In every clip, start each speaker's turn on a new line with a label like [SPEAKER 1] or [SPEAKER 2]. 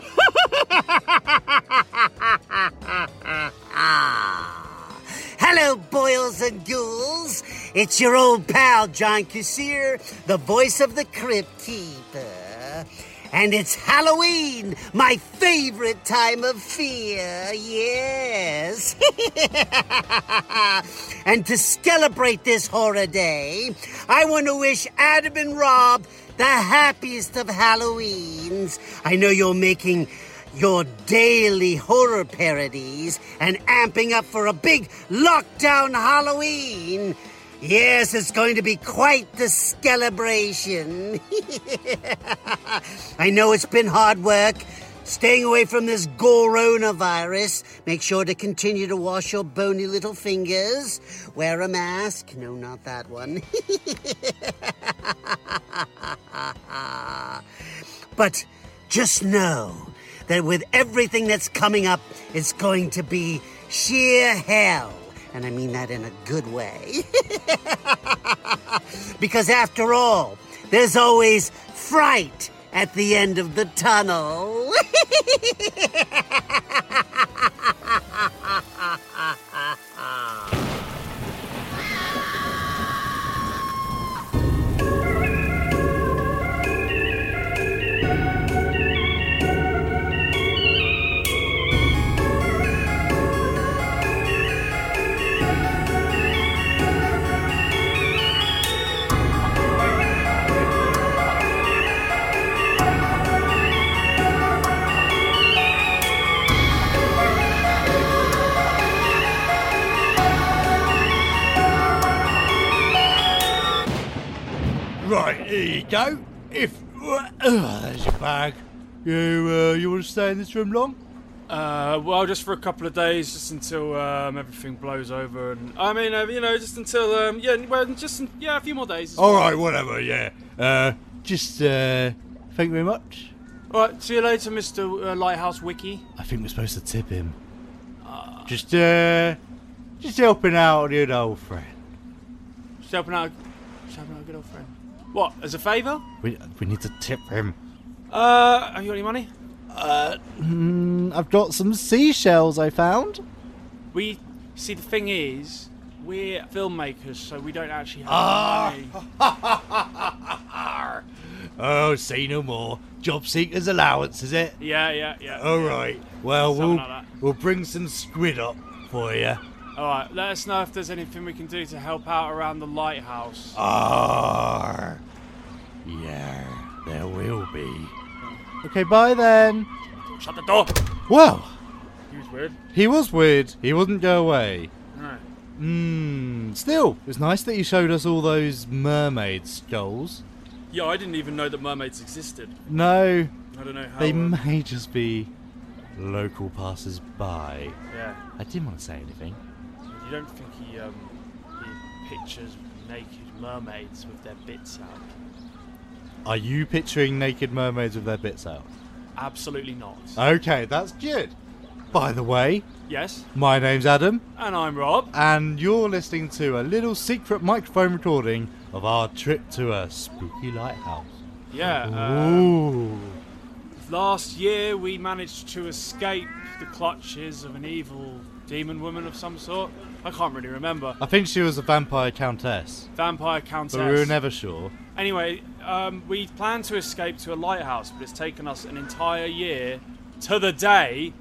[SPEAKER 1] Hello, boils and ghouls. It's your old pal, John Cusier, the voice of the Crypt Keeper. And it's Halloween, my favorite time of fear, yes. and to celebrate this horror day, I want to wish Adam and Rob the happiest of Halloweens. I know you're making your daily horror parodies and amping up for a big lockdown Halloween. Yes, it's going to be quite the celebration. I know it's been hard work staying away from this coronavirus. Make sure to continue to wash your bony little fingers. Wear a mask. No, not that one. but just know that with everything that's coming up, it's going to be sheer hell. And I mean that in a good way. because after all, there's always fright at the end of the tunnel.
[SPEAKER 2] Right, here you go. If uh, there's a bag, you uh, you want to stay in this room long?
[SPEAKER 3] Uh, well, just for a couple of days, just until um, everything blows over, and I mean, uh, you know, just until um, yeah, well, just yeah, a few more days.
[SPEAKER 2] All right, whatever. Yeah. Uh, just uh, thank you very much.
[SPEAKER 3] All right, see you later, Mister uh, Lighthouse Wiki.
[SPEAKER 2] I think we're supposed to tip him. just uh, just helping out your old friend.
[SPEAKER 3] Just helping out, just helping out a good old friend. What as a favour?
[SPEAKER 2] We we need to tip him.
[SPEAKER 3] Uh, have you got any money?
[SPEAKER 4] I've got some seashells I found.
[SPEAKER 3] We see the thing is, we're filmmakers, so we don't actually have money.
[SPEAKER 2] Oh, say no more. Job seekers allowance, is it?
[SPEAKER 3] Yeah, yeah, yeah.
[SPEAKER 2] All right. Well,
[SPEAKER 3] Something
[SPEAKER 2] we'll
[SPEAKER 3] like that.
[SPEAKER 2] we'll bring some squid up for you.
[SPEAKER 3] All right, let us know if there's anything we can do to help out around the lighthouse.
[SPEAKER 2] Arr. Yeah, there will be.
[SPEAKER 4] Okay, bye then.
[SPEAKER 3] Shut the door.
[SPEAKER 4] Well,
[SPEAKER 3] Ah. He was weird.
[SPEAKER 4] he was weird. He wouldn't go away.
[SPEAKER 3] All right.
[SPEAKER 4] Mmm. Still, it was nice that you showed us all those mermaid skulls.
[SPEAKER 3] Yeah, I didn't even know that mermaids existed.
[SPEAKER 4] No,
[SPEAKER 3] I don't know how.
[SPEAKER 4] they
[SPEAKER 3] uh,
[SPEAKER 4] may just be local passers-by.
[SPEAKER 3] yeah,
[SPEAKER 4] I didn't want to say anything.
[SPEAKER 3] you don't think he um he pictures naked mermaids with their bits out?
[SPEAKER 4] Are you picturing naked mermaids with their bits out?
[SPEAKER 3] Absolutely not.
[SPEAKER 4] Okay, that's good. By the way,
[SPEAKER 3] yes,
[SPEAKER 4] my name's Adam,
[SPEAKER 3] and I'm Rob.
[SPEAKER 4] and you're listening to a little secret microphone recording of our trip to a spooky lighthouse.
[SPEAKER 3] Yeah. um,
[SPEAKER 4] Ooh.
[SPEAKER 3] Last year, we managed to escape the clutches of an evil demon woman of some sort. I can't really remember.
[SPEAKER 4] I think she was a vampire countess,
[SPEAKER 3] Vampire countess.
[SPEAKER 4] but we were never sure.
[SPEAKER 3] Anyway, um, we planned to escape to a lighthouse, but it's taken us an entire year to the day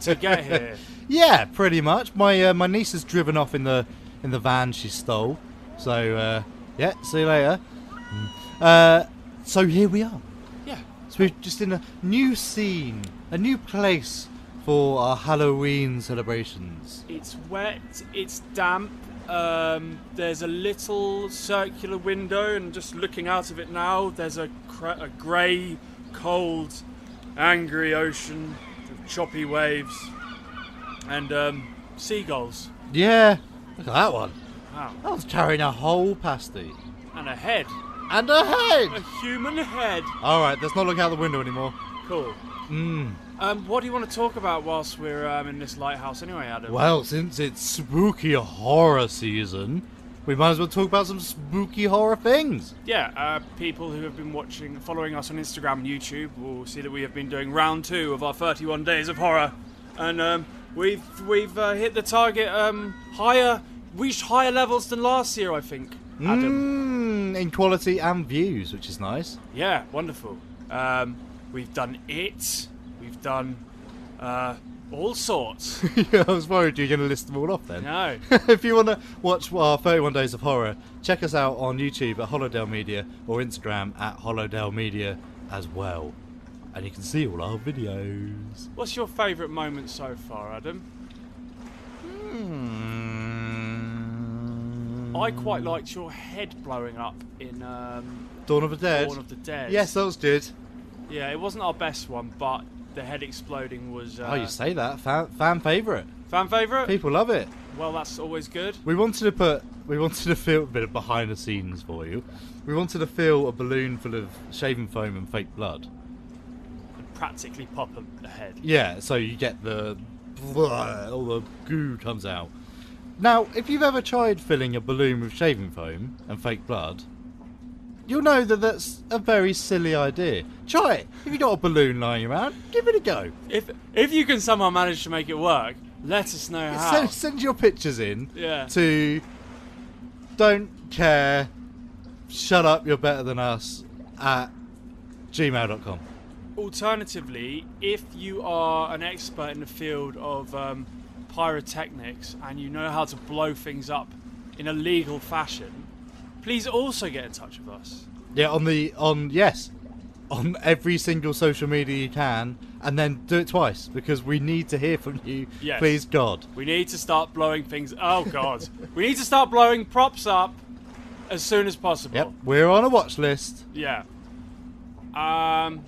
[SPEAKER 3] to get here.
[SPEAKER 4] Yeah, pretty much. My uh, my niece has driven off in the in the van she stole. So uh, yeah, see you later. Mm. Uh, so here we are.
[SPEAKER 3] Yeah.
[SPEAKER 4] So we're just in a new scene, a new place for our Halloween celebrations.
[SPEAKER 3] It's wet, it's damp. Um, there's a little circular window, and just looking out of it now, there's a, cra- a grey, cold, angry ocean with choppy waves and um, seagulls.
[SPEAKER 4] Yeah, look at that one.
[SPEAKER 3] Wow.
[SPEAKER 4] That one's carrying a whole pasty
[SPEAKER 3] And a head.
[SPEAKER 4] and a
[SPEAKER 3] A
[SPEAKER 4] head.
[SPEAKER 3] human head.
[SPEAKER 4] All right, let's not look out the window anymore.
[SPEAKER 3] Cool.
[SPEAKER 4] Mm.
[SPEAKER 3] Um, what do you want to talk about whilst we're um, in this lighthouse anyway, Adam?
[SPEAKER 4] Well, since it's spooky horror season, We might as well talk about some spooky horror things.
[SPEAKER 3] Yeah, uh, people who have been watching, following us on Instagram and YouTube will see that we have been doing round two of our 31 days of horror, and um, we've we've uh, hit the target um, higher, reached higher levels than last year, I think. Adam.
[SPEAKER 4] Mm, in quality and views, which is nice.
[SPEAKER 3] Yeah, wonderful. Um, we've done it. We've done uh, all sorts.
[SPEAKER 4] I was worried you were going to list them all off then.
[SPEAKER 3] no.
[SPEAKER 4] if you want to watch our 31 Days of Horror, check us out on YouTube at Hollowdale Media or Instagram at Hollowdale Media as well. And you can see all our videos.
[SPEAKER 3] What's your favourite moment so far, Adam?
[SPEAKER 4] Hmm.
[SPEAKER 3] I quite liked your head blowing up in um,
[SPEAKER 4] Dawn of the Dead.
[SPEAKER 3] Dawn of the Dead.
[SPEAKER 4] Yes, that was good.
[SPEAKER 3] Yeah, it wasn't our best one, but the head exploding was. Uh,
[SPEAKER 4] oh, you say that. Fan, fan favourite.
[SPEAKER 3] fan favourite?
[SPEAKER 4] People love it.
[SPEAKER 3] Well, that's always good.
[SPEAKER 4] We wanted to put, we wanted to feel a bit of behind the scenes for you. We wanted to fill a balloon full of shaving foam and fake blood.
[SPEAKER 3] And practically pop a, a head.
[SPEAKER 4] Yeah, so you get the all the goo comes out. Now, if you've ever tried filling a balloon with shaving foam and fake blood, you'll know that that's a very silly idea. Try it. If you got a balloon lying around, give it a go.
[SPEAKER 3] If if you can somehow manage to make it work, let us know how.
[SPEAKER 4] Send, send your pictures in
[SPEAKER 3] Ah. Yeah.
[SPEAKER 4] to don't care, shut up, you're better than us at gmail.com.
[SPEAKER 3] Alternatively, if you are an expert in the field of um, pyrotechnics and you know how to blow things up in a legal fashion, please also get in touch with us.
[SPEAKER 4] Yeah, on the on yes, on every single social media you can, and then do it twice because we need to hear from you.
[SPEAKER 3] Yes.
[SPEAKER 4] Please, God.
[SPEAKER 3] We need to start blowing things. Oh God, we need to start blowing props up as soon as possible.
[SPEAKER 4] Yep, we're on a watch list.
[SPEAKER 3] Yeah. Um,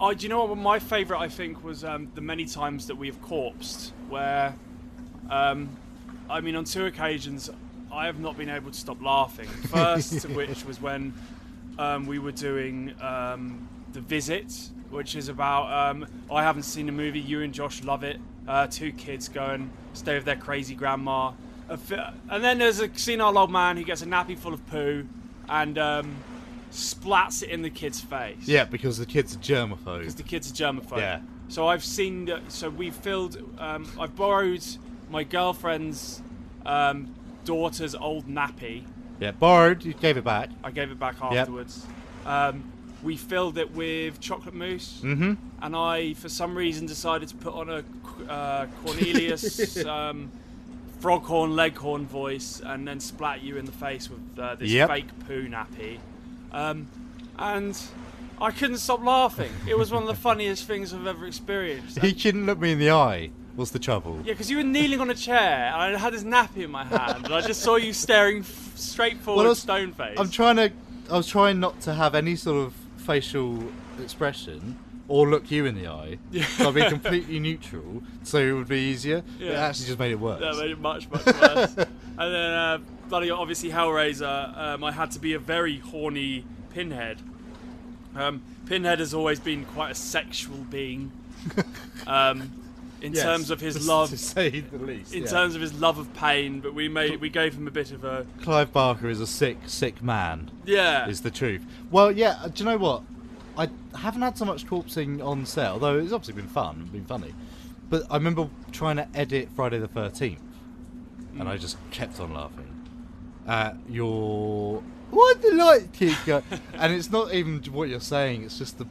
[SPEAKER 3] I do you know what my favourite I think was um, the many times that we have corpsed where, um, I mean on two occasions I have not been able to stop laughing. First of which was when um, we were doing um, the visit, which is about um, I haven't seen the movie. You and Josh love it. Uh, two kids go and stay with their crazy grandma, A fi- and then there's a senile old man who gets a nappy full of poo and um, splats it in the kid's face.
[SPEAKER 4] Yeah, because the kids are germaphobes.
[SPEAKER 3] because the kids are germaphobe.
[SPEAKER 4] Yeah.
[SPEAKER 3] So I've seen. that- So we filled. Um, I've borrowed my girlfriend's um, daughter's old nappy.
[SPEAKER 4] Yeah, borrowed. You gave it back.
[SPEAKER 3] I gave it back afterwards. Um, we filled it with chocolate mousse,
[SPEAKER 4] Mm-hmm.
[SPEAKER 3] and I, for some reason, decided to put on a Qu- uh, Cornelius um, froghorn leghorn voice, and then splat you in the face with uh, this
[SPEAKER 4] Yep.
[SPEAKER 3] fake poo nappy. Um, and I couldn't stop laughing. It was one of the funniest things I've ever experienced.
[SPEAKER 4] He couldn't look me in the eye. What's the trouble?
[SPEAKER 3] Yeah, because you were kneeling on a chair, and I had this nappy in my hand, and I just saw you staring f- straight forward,
[SPEAKER 4] I was-
[SPEAKER 3] stone face.
[SPEAKER 4] I'm trying to. I was trying not to have any sort of facial expression or look you in the eye. So I'd be completely neutral, so it would be easier. It
[SPEAKER 3] Yeah.
[SPEAKER 4] actually just made it worse.
[SPEAKER 3] That made it much, much worse. and then, uh, bloody obviously, Hellraiser, um, I had to be a very horny Pinhead. Um, Pinhead has always been quite a sexual being. Um, in
[SPEAKER 4] Yes,
[SPEAKER 3] terms of his
[SPEAKER 4] to-
[SPEAKER 3] love,
[SPEAKER 4] to say the least.
[SPEAKER 3] in
[SPEAKER 4] yeah.
[SPEAKER 3] terms of his love of pain, but we made we gave him a bit of a
[SPEAKER 4] Clive Barker is a sick, sick man.
[SPEAKER 3] yeah.
[SPEAKER 4] Is the truth. Well, yeah. uh, Do you know what? I haven't had so much corpsing on set, although it's obviously been fun, and been funny. But I remember trying to edit Friday the Thirteenth, and I just kept on laughing at your what the light keep go- and it's not even what you're saying; it's just the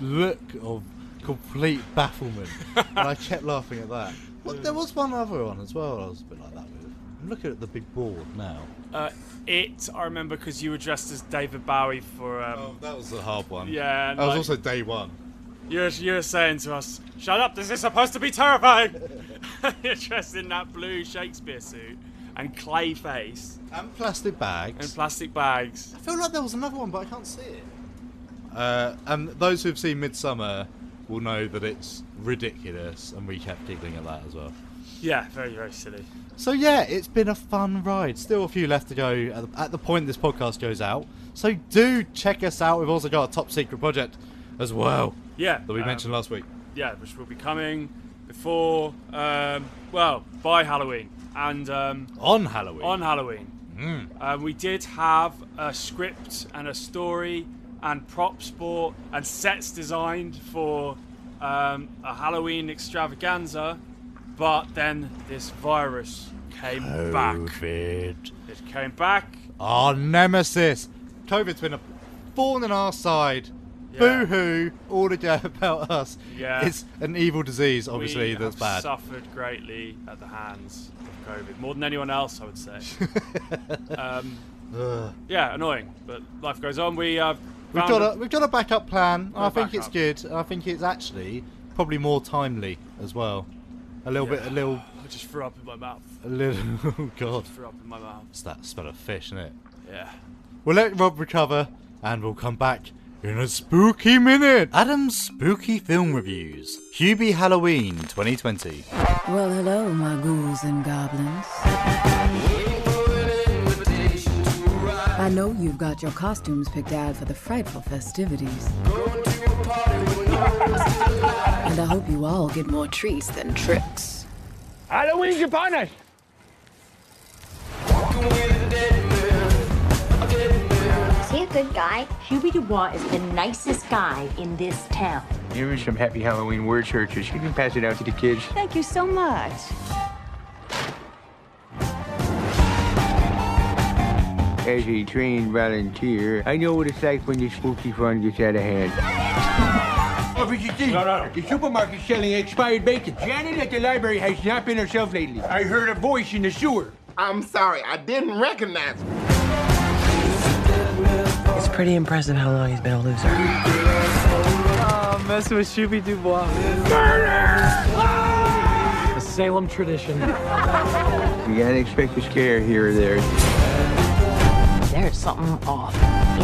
[SPEAKER 4] look of complete bafflement, and I kept laughing at that. What, there was one other one as well. I was a bit like that with. I'm looking at the big board now.
[SPEAKER 3] uh, it I remember because you were dressed as David Bowie for um,
[SPEAKER 4] Oh, that was the hard one.
[SPEAKER 3] yeah. And
[SPEAKER 4] That was also
[SPEAKER 3] like,
[SPEAKER 4] day one.
[SPEAKER 3] you're you're saying to us, shut up. This is supposed to be terrifying. you're dressed in that blue Shakespeare suit and clay face.
[SPEAKER 4] And plastic bags.
[SPEAKER 3] and plastic bags.
[SPEAKER 4] I feel like there was another one, but I can't see it. Uh, and those who've seen Midsummer will know that it's ridiculous, and we kept giggling at that as well.
[SPEAKER 3] Yeah, very very silly.
[SPEAKER 4] So yeah, it's been a fun ride. Still a few left to go at the, at the point this podcast goes out. So do check us out. We've also got a top secret project as well
[SPEAKER 3] Yeah,
[SPEAKER 4] that we
[SPEAKER 3] um,
[SPEAKER 4] mentioned last week.
[SPEAKER 3] Yeah, which will be coming before, um, well, by Halloween and um,
[SPEAKER 4] On Halloween.
[SPEAKER 3] on Halloween. Um, we did have a script and a story and prop sport and sets designed for um, a Halloween extravaganza, but then this virus came
[SPEAKER 4] Oh.
[SPEAKER 3] back.
[SPEAKER 4] COVID.
[SPEAKER 3] It came back.
[SPEAKER 4] Our nemesis. COVID's been a thorn in our side.
[SPEAKER 3] Yeah.
[SPEAKER 4] Boo hoo. All the doubt about us.
[SPEAKER 3] Yeah.
[SPEAKER 4] It's an evil disease, obviously,
[SPEAKER 3] we
[SPEAKER 4] that's
[SPEAKER 3] have
[SPEAKER 4] bad.
[SPEAKER 3] suffered greatly at the hands of COVID, more than anyone else, I would say. um, yeah, annoying, but life goes on. We uh,
[SPEAKER 4] We've
[SPEAKER 3] found
[SPEAKER 4] got a we've got a backup plan. I
[SPEAKER 3] a
[SPEAKER 4] think it's
[SPEAKER 3] backup.
[SPEAKER 4] good. and I think it's actually probably more timely as well. A little bit, a little,
[SPEAKER 3] I just threw up in my mouth.
[SPEAKER 4] a little. Oh God,
[SPEAKER 3] Threw up in my mouth.
[SPEAKER 4] it's that smell of fish, isn't it?
[SPEAKER 3] Yeah.
[SPEAKER 4] We'll let Rob recover, and we'll come back in a spooky minute. Adam's spooky film reviews. Hubie Halloween 2020.
[SPEAKER 5] Well, hello, my ghouls and goblins. I know you've got your costumes picked out for the frightful festivities. and I hope you all get more treats than tricks.
[SPEAKER 6] Halloween's upon us.
[SPEAKER 7] Is he a good guy?
[SPEAKER 8] Hubie Dubois is the nicest guy in this town.
[SPEAKER 6] Here is some happy Halloween word searches. You can pass it out to the kids.
[SPEAKER 8] Thank you so much.
[SPEAKER 6] As a trained volunteer, I know what it's like when this spooky fun gets out of hand. Officer Steve, the supermarket's selling expired bacon. Janet at the library has not been herself lately. I heard a voice in the sewer.
[SPEAKER 9] I'm sorry, I didn't recognize him.
[SPEAKER 10] It's pretty impressive how long he's been a loser. mess with Shooby Dubois. A Salem tradition.
[SPEAKER 6] You gotta expect a scare here or there.
[SPEAKER 8] There's something off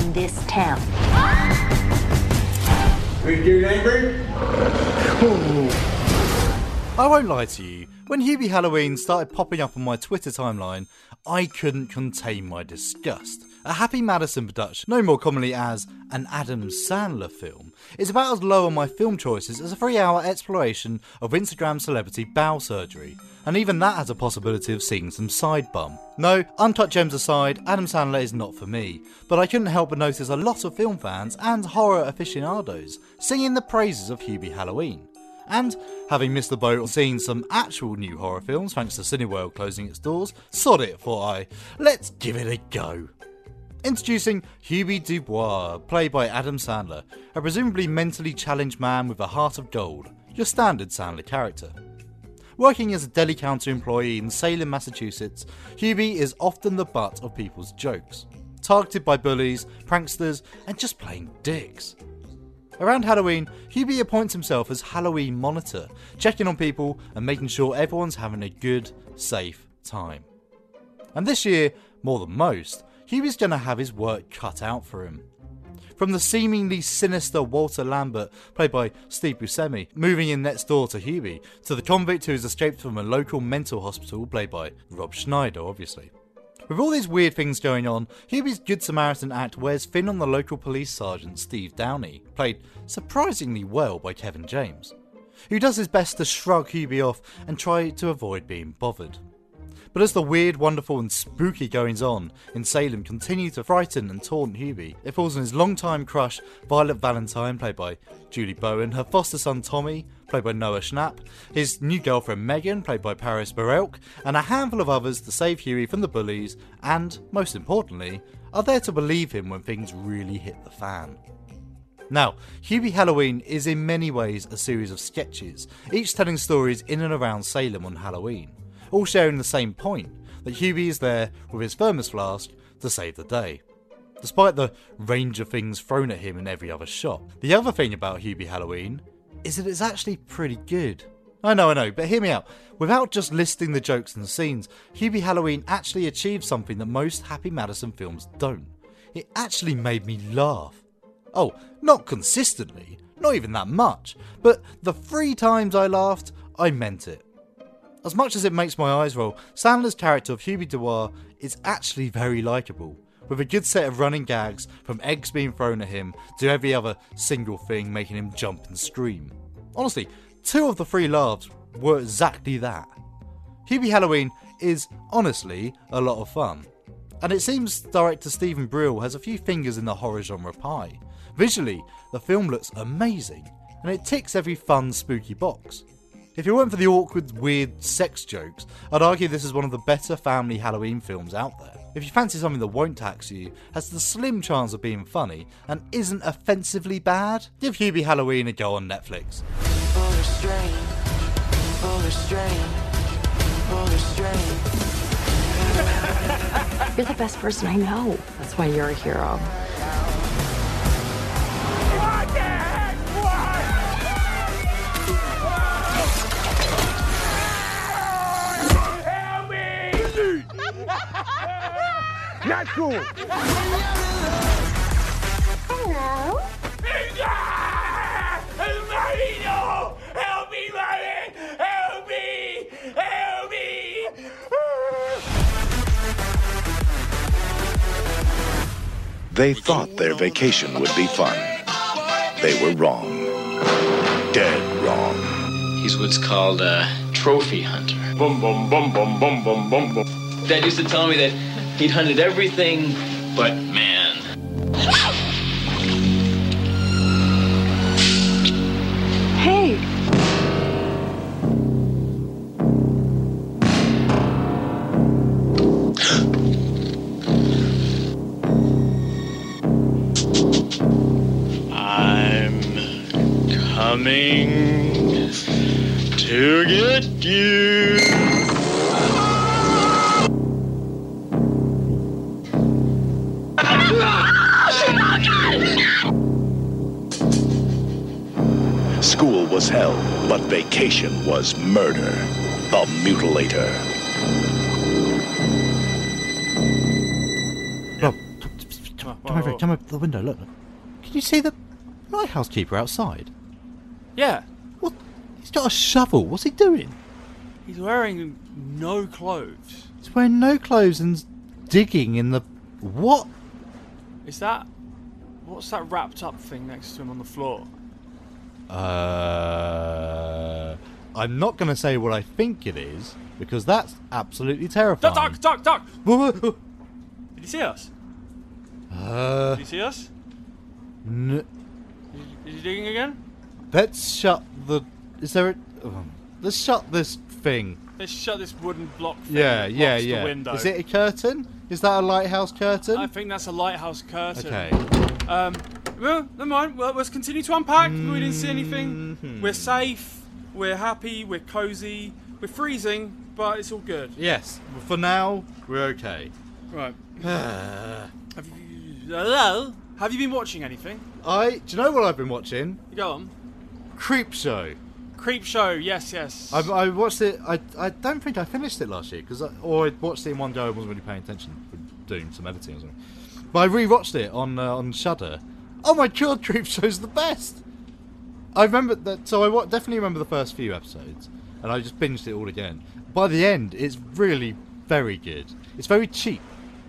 [SPEAKER 8] in this town.
[SPEAKER 6] Who's your neighbor?
[SPEAKER 4] I won't lie to you, when Hubie Halloween started popping up on my Twitter timeline, I couldn't contain my disgust. A Happy Madison production, known more commonly as an Adam Sandler film, is about as low on my film choices as a three hour exploration of Instagram celebrity bowel surgery. And even that has a possibility of seeing some side bum. No, untucked gems aside, Adam Sandler is not for me, but I couldn't help but notice a lot of film fans and horror aficionados singing the praises of Hubie Halloween. And having missed the boat on seeing some actual new horror films thanks to Cineworld closing its doors, sod it, thought I. Let's give it a go. Introducing Hubie Dubois, played by Adam Sandler, a presumably mentally challenged man with a heart of gold, your standard Sandler character. Working as a deli counter employee in Salem, Massachusetts, Hubie is often the butt of people's jokes, targeted by bullies, pranksters, and just plain dicks. Around Halloween, Hubie appoints himself as Halloween monitor, checking on people and making sure everyone's having a good, safe time. And this year, more than most, Hubie's going to have his work cut out for him. From the seemingly sinister Walter Lambert, played by Steve Buscemi, moving in next door to Hubie, to the convict who has escaped from a local mental hospital, played by Rob Schneider, obviously. With all these weird things going on, Hubie's Good Samaritan act wears thin on the local police sergeant Steve Downey, played surprisingly well by Kevin James, who does his best to shrug Hubie off and try to avoid being bothered. But as the weird, wonderful, and spooky goings on in Salem continue to frighten and taunt Hubie, it falls on his longtime crush, Violet Valentine, played by Julie Bowen, her foster son Tommy, played by Noah Schnapp, his new girlfriend Megan, played by Paris Barelk, and a handful of others to save Huey from the bullies, and, most importantly, are there to believe him when things really hit the fan. Now, Hubie Halloween is in many ways a series of sketches, each telling stories in and around Salem on Halloween, all sharing the same point that Hubie is there with his thermos flask to save the day. Despite the range of things thrown at him in every other shot, the other thing about Hubie Halloween is that it's actually pretty good. I know, I know, but hear me out. Without just listing the jokes and the scenes, Hubie Halloween actually achieved something that most Happy Madison films don't. It actually made me laugh. Oh, not consistently, not even that much, but the three times I laughed, I meant it. As much as it makes my eyes roll, Sandler's character of Hubie Dewar is actually very likeable, with a good set of running gags from eggs being thrown at him to every other single thing making him jump and scream. Honestly, two of the three laughs were exactly that. Hubie Halloween is honestly a lot of fun. And it seems director Stephen Brill has a few fingers in the horror genre pie. Visually, the film looks amazing, and it ticks every fun, spooky box. If it weren't for the awkward, weird sex jokes, I'd argue this is one of the better family Halloween films out there. If you fancy something that won't tax you, has the slim chance of being funny, and isn't offensively bad, give Hubie Halloween a go on Netflix.
[SPEAKER 11] Full of strength, full of strength, full of strength.
[SPEAKER 8] You're the best person I know. That's why you're a hero.
[SPEAKER 6] Not cool.
[SPEAKER 11] Hello.
[SPEAKER 9] Marino! Help me, Martin! Help me! Help me!
[SPEAKER 12] They thought their vacation would be fun. They were wrong. Dead wrong.
[SPEAKER 13] He's what's called a trophy hunter.
[SPEAKER 9] Boom, boom, boom, boom, boom, boom, boom, boom.
[SPEAKER 13] Dad used to tell me that he'd hunted everything but man.
[SPEAKER 8] Hey!
[SPEAKER 13] I'm coming to get you.
[SPEAKER 12] School was hell, but vacation was murder. The Mutilator.
[SPEAKER 4] Rob, t- t- t- come over, come over the window. Look, look. can you see the lighthouse keeper outside?
[SPEAKER 3] Yeah,
[SPEAKER 4] He's got a shovel. What's he doing?
[SPEAKER 3] he's wearing no clothes.
[SPEAKER 4] He's wearing no clothes and digging in the what?
[SPEAKER 3] Is that. What's that wrapped up thing next to him on the floor?
[SPEAKER 4] Uh, I'm not going to say what I think it is because that's absolutely terrifying.
[SPEAKER 3] Duck, duck, duck, duck!
[SPEAKER 4] Whoa, whoa,
[SPEAKER 3] Did he see us?
[SPEAKER 4] whoa. Uh,
[SPEAKER 3] Did he see us?
[SPEAKER 4] n-
[SPEAKER 3] Is he digging again?
[SPEAKER 4] let's shut the. Is there a? um, let's shut this thing.
[SPEAKER 3] Let's shut this wooden block thing
[SPEAKER 4] Yeah,
[SPEAKER 3] that
[SPEAKER 4] yeah,
[SPEAKER 3] blocks the
[SPEAKER 4] yeah.
[SPEAKER 3] window.
[SPEAKER 4] Is it a curtain? Is that a lighthouse curtain?
[SPEAKER 3] I think that's a lighthouse curtain.
[SPEAKER 4] Okay.
[SPEAKER 3] Um, well, never mind. Well, let's continue to unpack. We didn't see anything.
[SPEAKER 4] Mm-hmm.
[SPEAKER 3] We're safe. We're happy. We're cozy. We're freezing, but it's all good.
[SPEAKER 4] Yes. For now, we're okay.
[SPEAKER 3] Right.
[SPEAKER 4] Uh,
[SPEAKER 3] Have you, hello? Have you been watching anything?
[SPEAKER 4] I. Do you know what I've been watching?
[SPEAKER 3] Go on.
[SPEAKER 4] Creep Show.
[SPEAKER 3] Creep show. Yes, yes.
[SPEAKER 4] I, I watched it. I, I don't think I finished it last year because I, or I watched it in one go and wasn't really paying attention, doing some editing or something. But I rewatched it on uh, on Shudder. Oh my god, Creep Show's the best. I remember that. So I wa- definitely remember the first few episodes, and I just binged it all again. By the end, it's really very good. It's very cheap.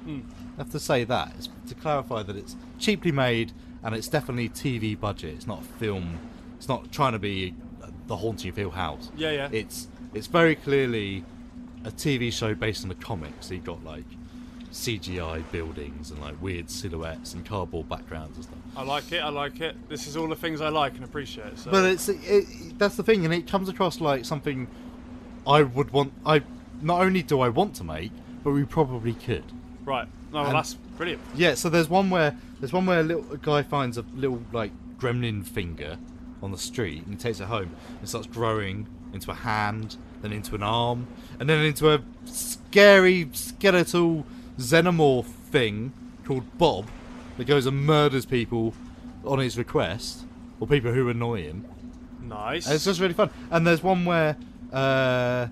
[SPEAKER 3] Hmm.
[SPEAKER 4] I have to say that it's, to clarify that it's cheaply made and it's definitely TV budget. It's not film. It's not trying to be uh, the Haunting of Hill House.
[SPEAKER 3] Yeah, yeah.
[SPEAKER 4] It's it's very clearly a TV show based on the comics. So you've got like CGI buildings and like weird silhouettes and cardboard backgrounds and stuff.
[SPEAKER 3] I like it. I like it. This is all the things I like and appreciate. So.
[SPEAKER 4] But it's it, it- that's the thing, and it comes across like something I would want. I not only do I want to make, but we probably could.
[SPEAKER 3] right. No, well,
[SPEAKER 4] And-
[SPEAKER 3] that's brilliant.
[SPEAKER 4] Yeah. So there's one where there's one where a little a guy finds a little like gremlin finger on the street, and he takes it home and starts growing into a hand, then into an arm, and then into a scary skeletal xenomorph thing called Bob that goes and murders people on his request or people who annoy him.
[SPEAKER 3] Nice.
[SPEAKER 4] And It's just really fun. And there's one where uh,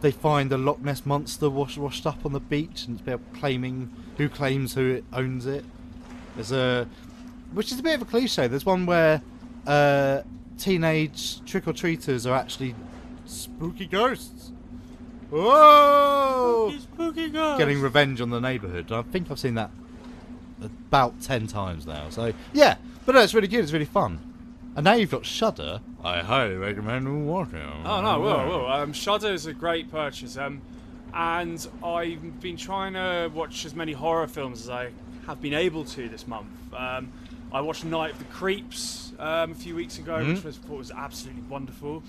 [SPEAKER 4] they find a Loch Ness monster wash, washed up on the beach, and it's about claiming who claims who it owns it. There's a, which is a bit of a cliche. There's one where uh, teenage trick or treaters are actually spooky ghosts. Whoa!
[SPEAKER 3] Spooky, spooky ghost.
[SPEAKER 4] Getting revenge on the neighbourhood. I think I've seen that about ten times now. So yeah, but no, it's really good. It's really fun. And now you've got Shudder. I highly recommend watching.
[SPEAKER 3] Oh no, whoa, whoa. Um, Shudder is a great purchase. Um, and I've been trying to watch as many horror films as I have been able to this month. Um, I watched Night of the Creeps um, a few weeks ago,
[SPEAKER 4] Mhm.
[SPEAKER 3] which was, thought was absolutely wonderful.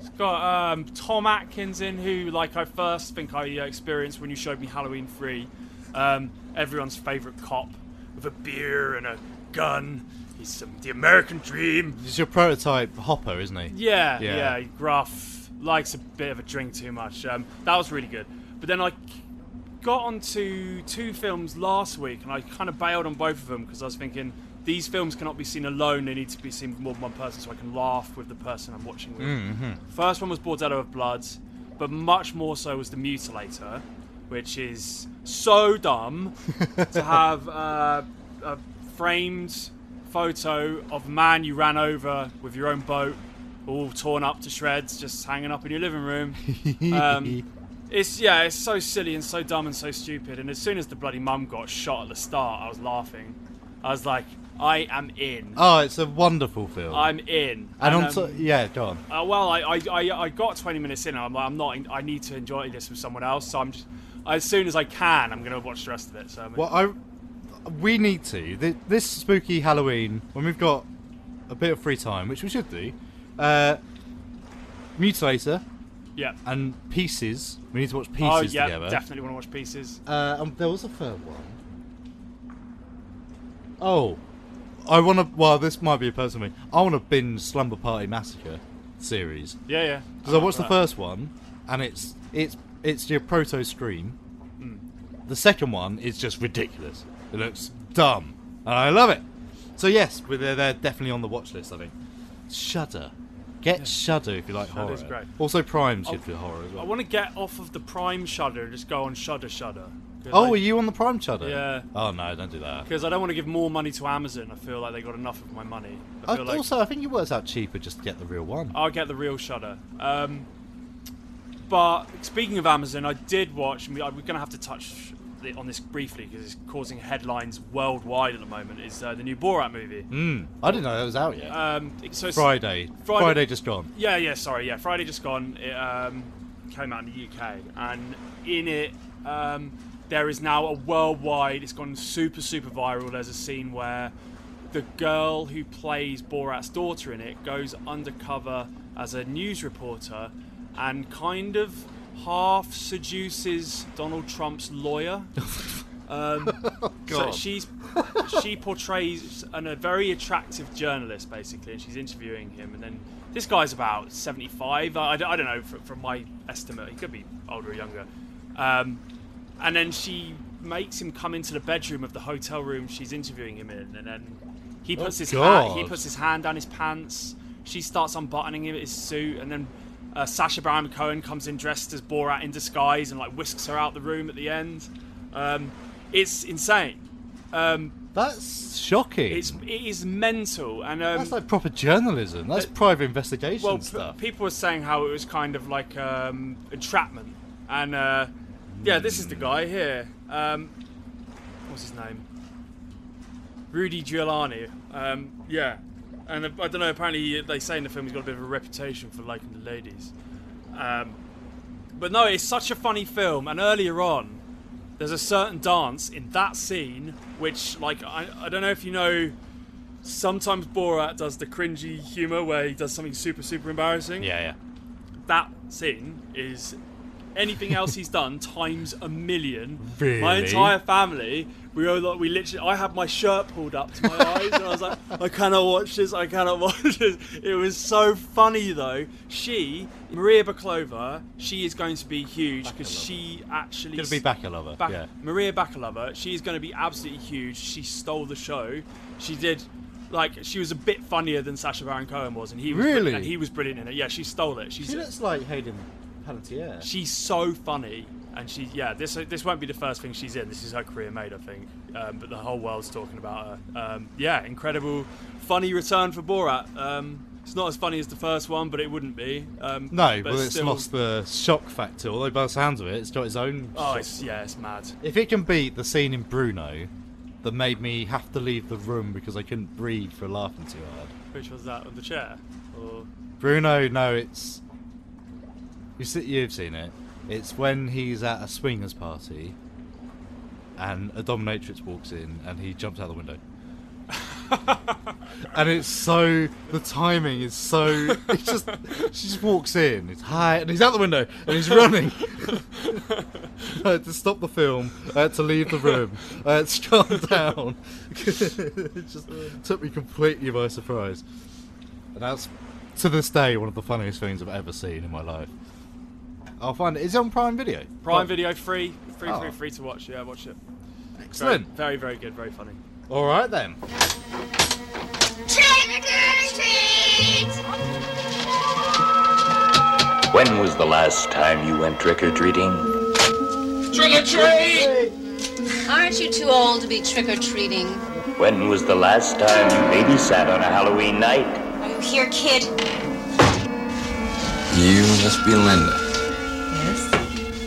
[SPEAKER 3] It's got um, Tom Atkins in, who, like I first think I uh, experienced when you showed me Halloween 3, um, everyone's favourite cop with a beer and a gun. He's some, the American dream.
[SPEAKER 4] He's your prototype hopper, isn't he?
[SPEAKER 3] Yeah, yeah, Gruff likes a bit of a drink too much. Um, that was really good. But then I got onto two films last week, and I kind of bailed on both of them because I was thinking these films cannot be seen alone; they need to be seen with more than one person, so I can laugh with the person I'm watching with.
[SPEAKER 4] Mhm.
[SPEAKER 3] First one was Bordello of Blood, but much more so was The Mutilator, which is so dumb to have uh, a framed photo of a man you ran over with your own boat, all torn up to shreds, just hanging up in your living room. Um, it's yeah, it's so silly and so dumb and so stupid. And as soon as the bloody mum got shot at the start, I was laughing. I was like, I am in.
[SPEAKER 4] Oh, it's a wonderful film.
[SPEAKER 3] I'm in.
[SPEAKER 4] And on
[SPEAKER 3] um,
[SPEAKER 4] to- yeah, go on.
[SPEAKER 3] uh, well, I, I, I, I got 20 minutes in, and I'm like, I'm not. In, I need to enjoy this with someone else. So I'm just, as soon as I can, I'm gonna watch the rest of it. So I'm
[SPEAKER 4] Well, I we need to Th- this spooky Halloween when we've got a bit of free time, which we should do. Uh, Mutilator.
[SPEAKER 3] Yeah.
[SPEAKER 4] And Pieces. We need to watch Pieces
[SPEAKER 3] oh yeah,
[SPEAKER 4] together.
[SPEAKER 3] definitely want to watch Pieces.
[SPEAKER 4] Uh, um, there was a third one. Oh, I want to. Well, this might be a personal thing. I want to binge Slumber Party Massacre series.
[SPEAKER 3] Yeah, yeah. Uh,
[SPEAKER 4] Because I watched the
[SPEAKER 3] Oh, Right.
[SPEAKER 4] first one, and it's it's it's your proto Scream.
[SPEAKER 3] Hmm.
[SPEAKER 4] The second one is just ridiculous. It looks dumb, and I love it. So yes, we're- they're, they're definitely on the watch list. I think. Shudder, get Shudder if you like
[SPEAKER 3] Shudder's
[SPEAKER 4] horror.
[SPEAKER 3] great.
[SPEAKER 4] Also, Prime's
[SPEAKER 3] Oh,
[SPEAKER 4] good for horror as well.
[SPEAKER 3] I want to get off of the Prime Shudder and just go on Shudder Shudder. 'Cause
[SPEAKER 4] Oh,
[SPEAKER 3] I-
[SPEAKER 4] are you on the Prime Shudder?
[SPEAKER 3] Yeah.
[SPEAKER 4] Oh no, don't do that.
[SPEAKER 3] Because I don't want to give more money to Amazon. I feel like they got enough of my money. I
[SPEAKER 4] I-
[SPEAKER 3] feel like Uh,
[SPEAKER 4] also, I think it works out cheaper just to get the real one.
[SPEAKER 3] I'll get the real Shudder. Um, but speaking of Amazon, I did watch. and we- uh, We're going to have to touch the- on this briefly because it's causing headlines worldwide at the moment. Is uh, the new Borat movie?
[SPEAKER 4] Mm, I didn't know that was out yet.
[SPEAKER 3] Um, it- so it's-
[SPEAKER 4] Friday. Friday. just gone.
[SPEAKER 3] Yeah, yeah. Sorry, yeah. Friday just gone. It um, came out in the UK, and in it, um, there is now a worldwide. It's gone super, super viral. There's a scene where the girl who plays Borat's daughter in it goes undercover as a news reporter, and kind of half seduces Donald Trump's lawyer. Um, so
[SPEAKER 4] God.
[SPEAKER 3] she's she portrays an, a very attractive journalist basically, and she's interviewing him. And then this guy's about seventy-five. I, I don't- I don't know from, from my estimate. He could be older or younger. Um, and then she makes him come into the bedroom of the hotel room she's interviewing him in, and then he
[SPEAKER 4] Oh,
[SPEAKER 3] puts his
[SPEAKER 4] God.
[SPEAKER 3] hand, he puts his hand down his pants. She starts unbuttoning him his suit, and then uh, Sasha Baron Cohen comes in dressed as Borat in disguise and like whisks her out the room at the end. Um, it's insane. Um,
[SPEAKER 4] That's shocking.
[SPEAKER 3] it's it is mental, and um,
[SPEAKER 4] That's like proper journalism. That's private investigation
[SPEAKER 3] well, p-
[SPEAKER 4] stuff.
[SPEAKER 3] people were saying how it was kind of like um, entrapment, and uh, yeah, this is the guy here. Um, what's his name? Rudy Giuliani. Um, yeah, and uh, I don't know. Apparently, they say in the film he's got a bit of a reputation for liking the ladies. Um, but no, it's such a funny film. And earlier on, there's a certain dance in that scene which, like, I, I don't know if you know. Sometimes Borat does the cringy humor where he does something super, super embarrassing.
[SPEAKER 4] Yeah, yeah.
[SPEAKER 3] That scene is anything else he's done times a million. My
[SPEAKER 4] Really?
[SPEAKER 3] entire family, we all like, we literally, I had my shirt pulled up to my eyes, and I was like, I cannot watch this. I cannot watch this. It was so funny though. She, Maria Baklova, she is going to be huge because she actually
[SPEAKER 4] Gonna be Bakalova,
[SPEAKER 3] Bak-
[SPEAKER 4] yeah.
[SPEAKER 3] Maria Bakalova, she's going to be absolutely huge. She stole the show. She did, like, she was a bit funnier than Sasha Baron Cohen was, and he was
[SPEAKER 4] Really?
[SPEAKER 3] and he was brilliant in it. Yeah, she stole it. She's
[SPEAKER 4] She looks like Hayden Panettiere.
[SPEAKER 3] she's so funny, and she yeah. This this won't be the first thing she's in. This is her career made, I think. Um, but the whole world's talking about her. Um, yeah, incredible, funny return for Borat. Um, it's not as funny as the first one, but it wouldn't be. Um,
[SPEAKER 4] No, but, it's
[SPEAKER 3] still-
[SPEAKER 4] lost the shock factor. Although by the sounds of it, it's got its own.
[SPEAKER 3] Oh,
[SPEAKER 4] shock
[SPEAKER 3] it's, yeah, it's mad.
[SPEAKER 4] If it can beat the scene in Bruno that made me have to leave the room because I couldn't breathe for laughing too hard.
[SPEAKER 3] Which was that on the chair? Or
[SPEAKER 4] Bruno, no, it's. You've, se- you've seen it. It's when he's at a swingers party and a dominatrix walks in and he jumps out the window. and it's so the timing is so it's just she just walks in it's hi and he's out the window and he's running I had to stop the film I had to leave the room I had to calm down it just took me completely by surprise and that's to this day one of the funniest things I've ever seen in my life I'll find it is it on Prime Video
[SPEAKER 3] Prime
[SPEAKER 4] Like,
[SPEAKER 3] Video, free, free,
[SPEAKER 4] Oh.
[SPEAKER 3] free, free to watch. Yeah, watch it.
[SPEAKER 4] Excellent.
[SPEAKER 3] Very, very, very good. Very funny.
[SPEAKER 4] all right then
[SPEAKER 14] When was the last time you went trick or treating?
[SPEAKER 15] Trick or treat! Aren't you too old to be trick or treating?
[SPEAKER 14] When was the last time you babysat on a Halloween night?
[SPEAKER 15] Are you here, kid?
[SPEAKER 14] You must be Linda.
[SPEAKER 15] Yes.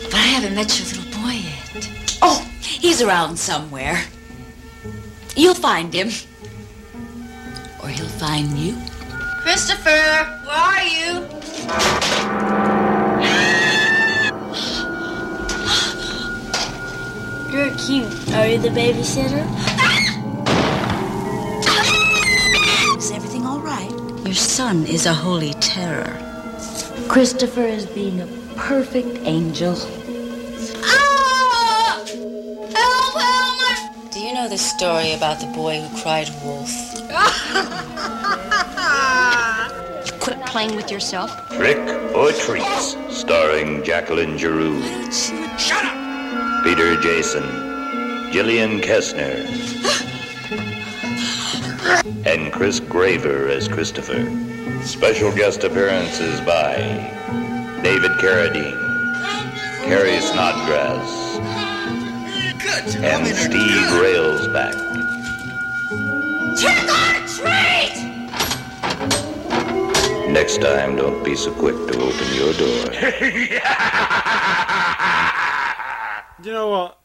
[SPEAKER 15] But I haven't met your little boy yet. Oh, he's around somewhere. You'll find him. Or he'll find you. Christopher, where are you?
[SPEAKER 16] You're cute. Are you the babysitter?
[SPEAKER 15] Is everything all right? Your son is a holy terror.
[SPEAKER 16] Christopher is being a perfect angel.
[SPEAKER 15] Do you know the story about the boy who cried wolf?
[SPEAKER 17] Quit playing with yourself.
[SPEAKER 14] Trick or Treats, starring Jacqueline Giroux,
[SPEAKER 17] Shut up!
[SPEAKER 14] Peter Jason, Gillian Kessner, and Chris Graver as Christopher. Special guest appearances by David Carradine, Carrie Snodgrass, and Steve Railsback.
[SPEAKER 15] Trick or treat!
[SPEAKER 14] Next time, don't be so quick to open your door.
[SPEAKER 3] You know what?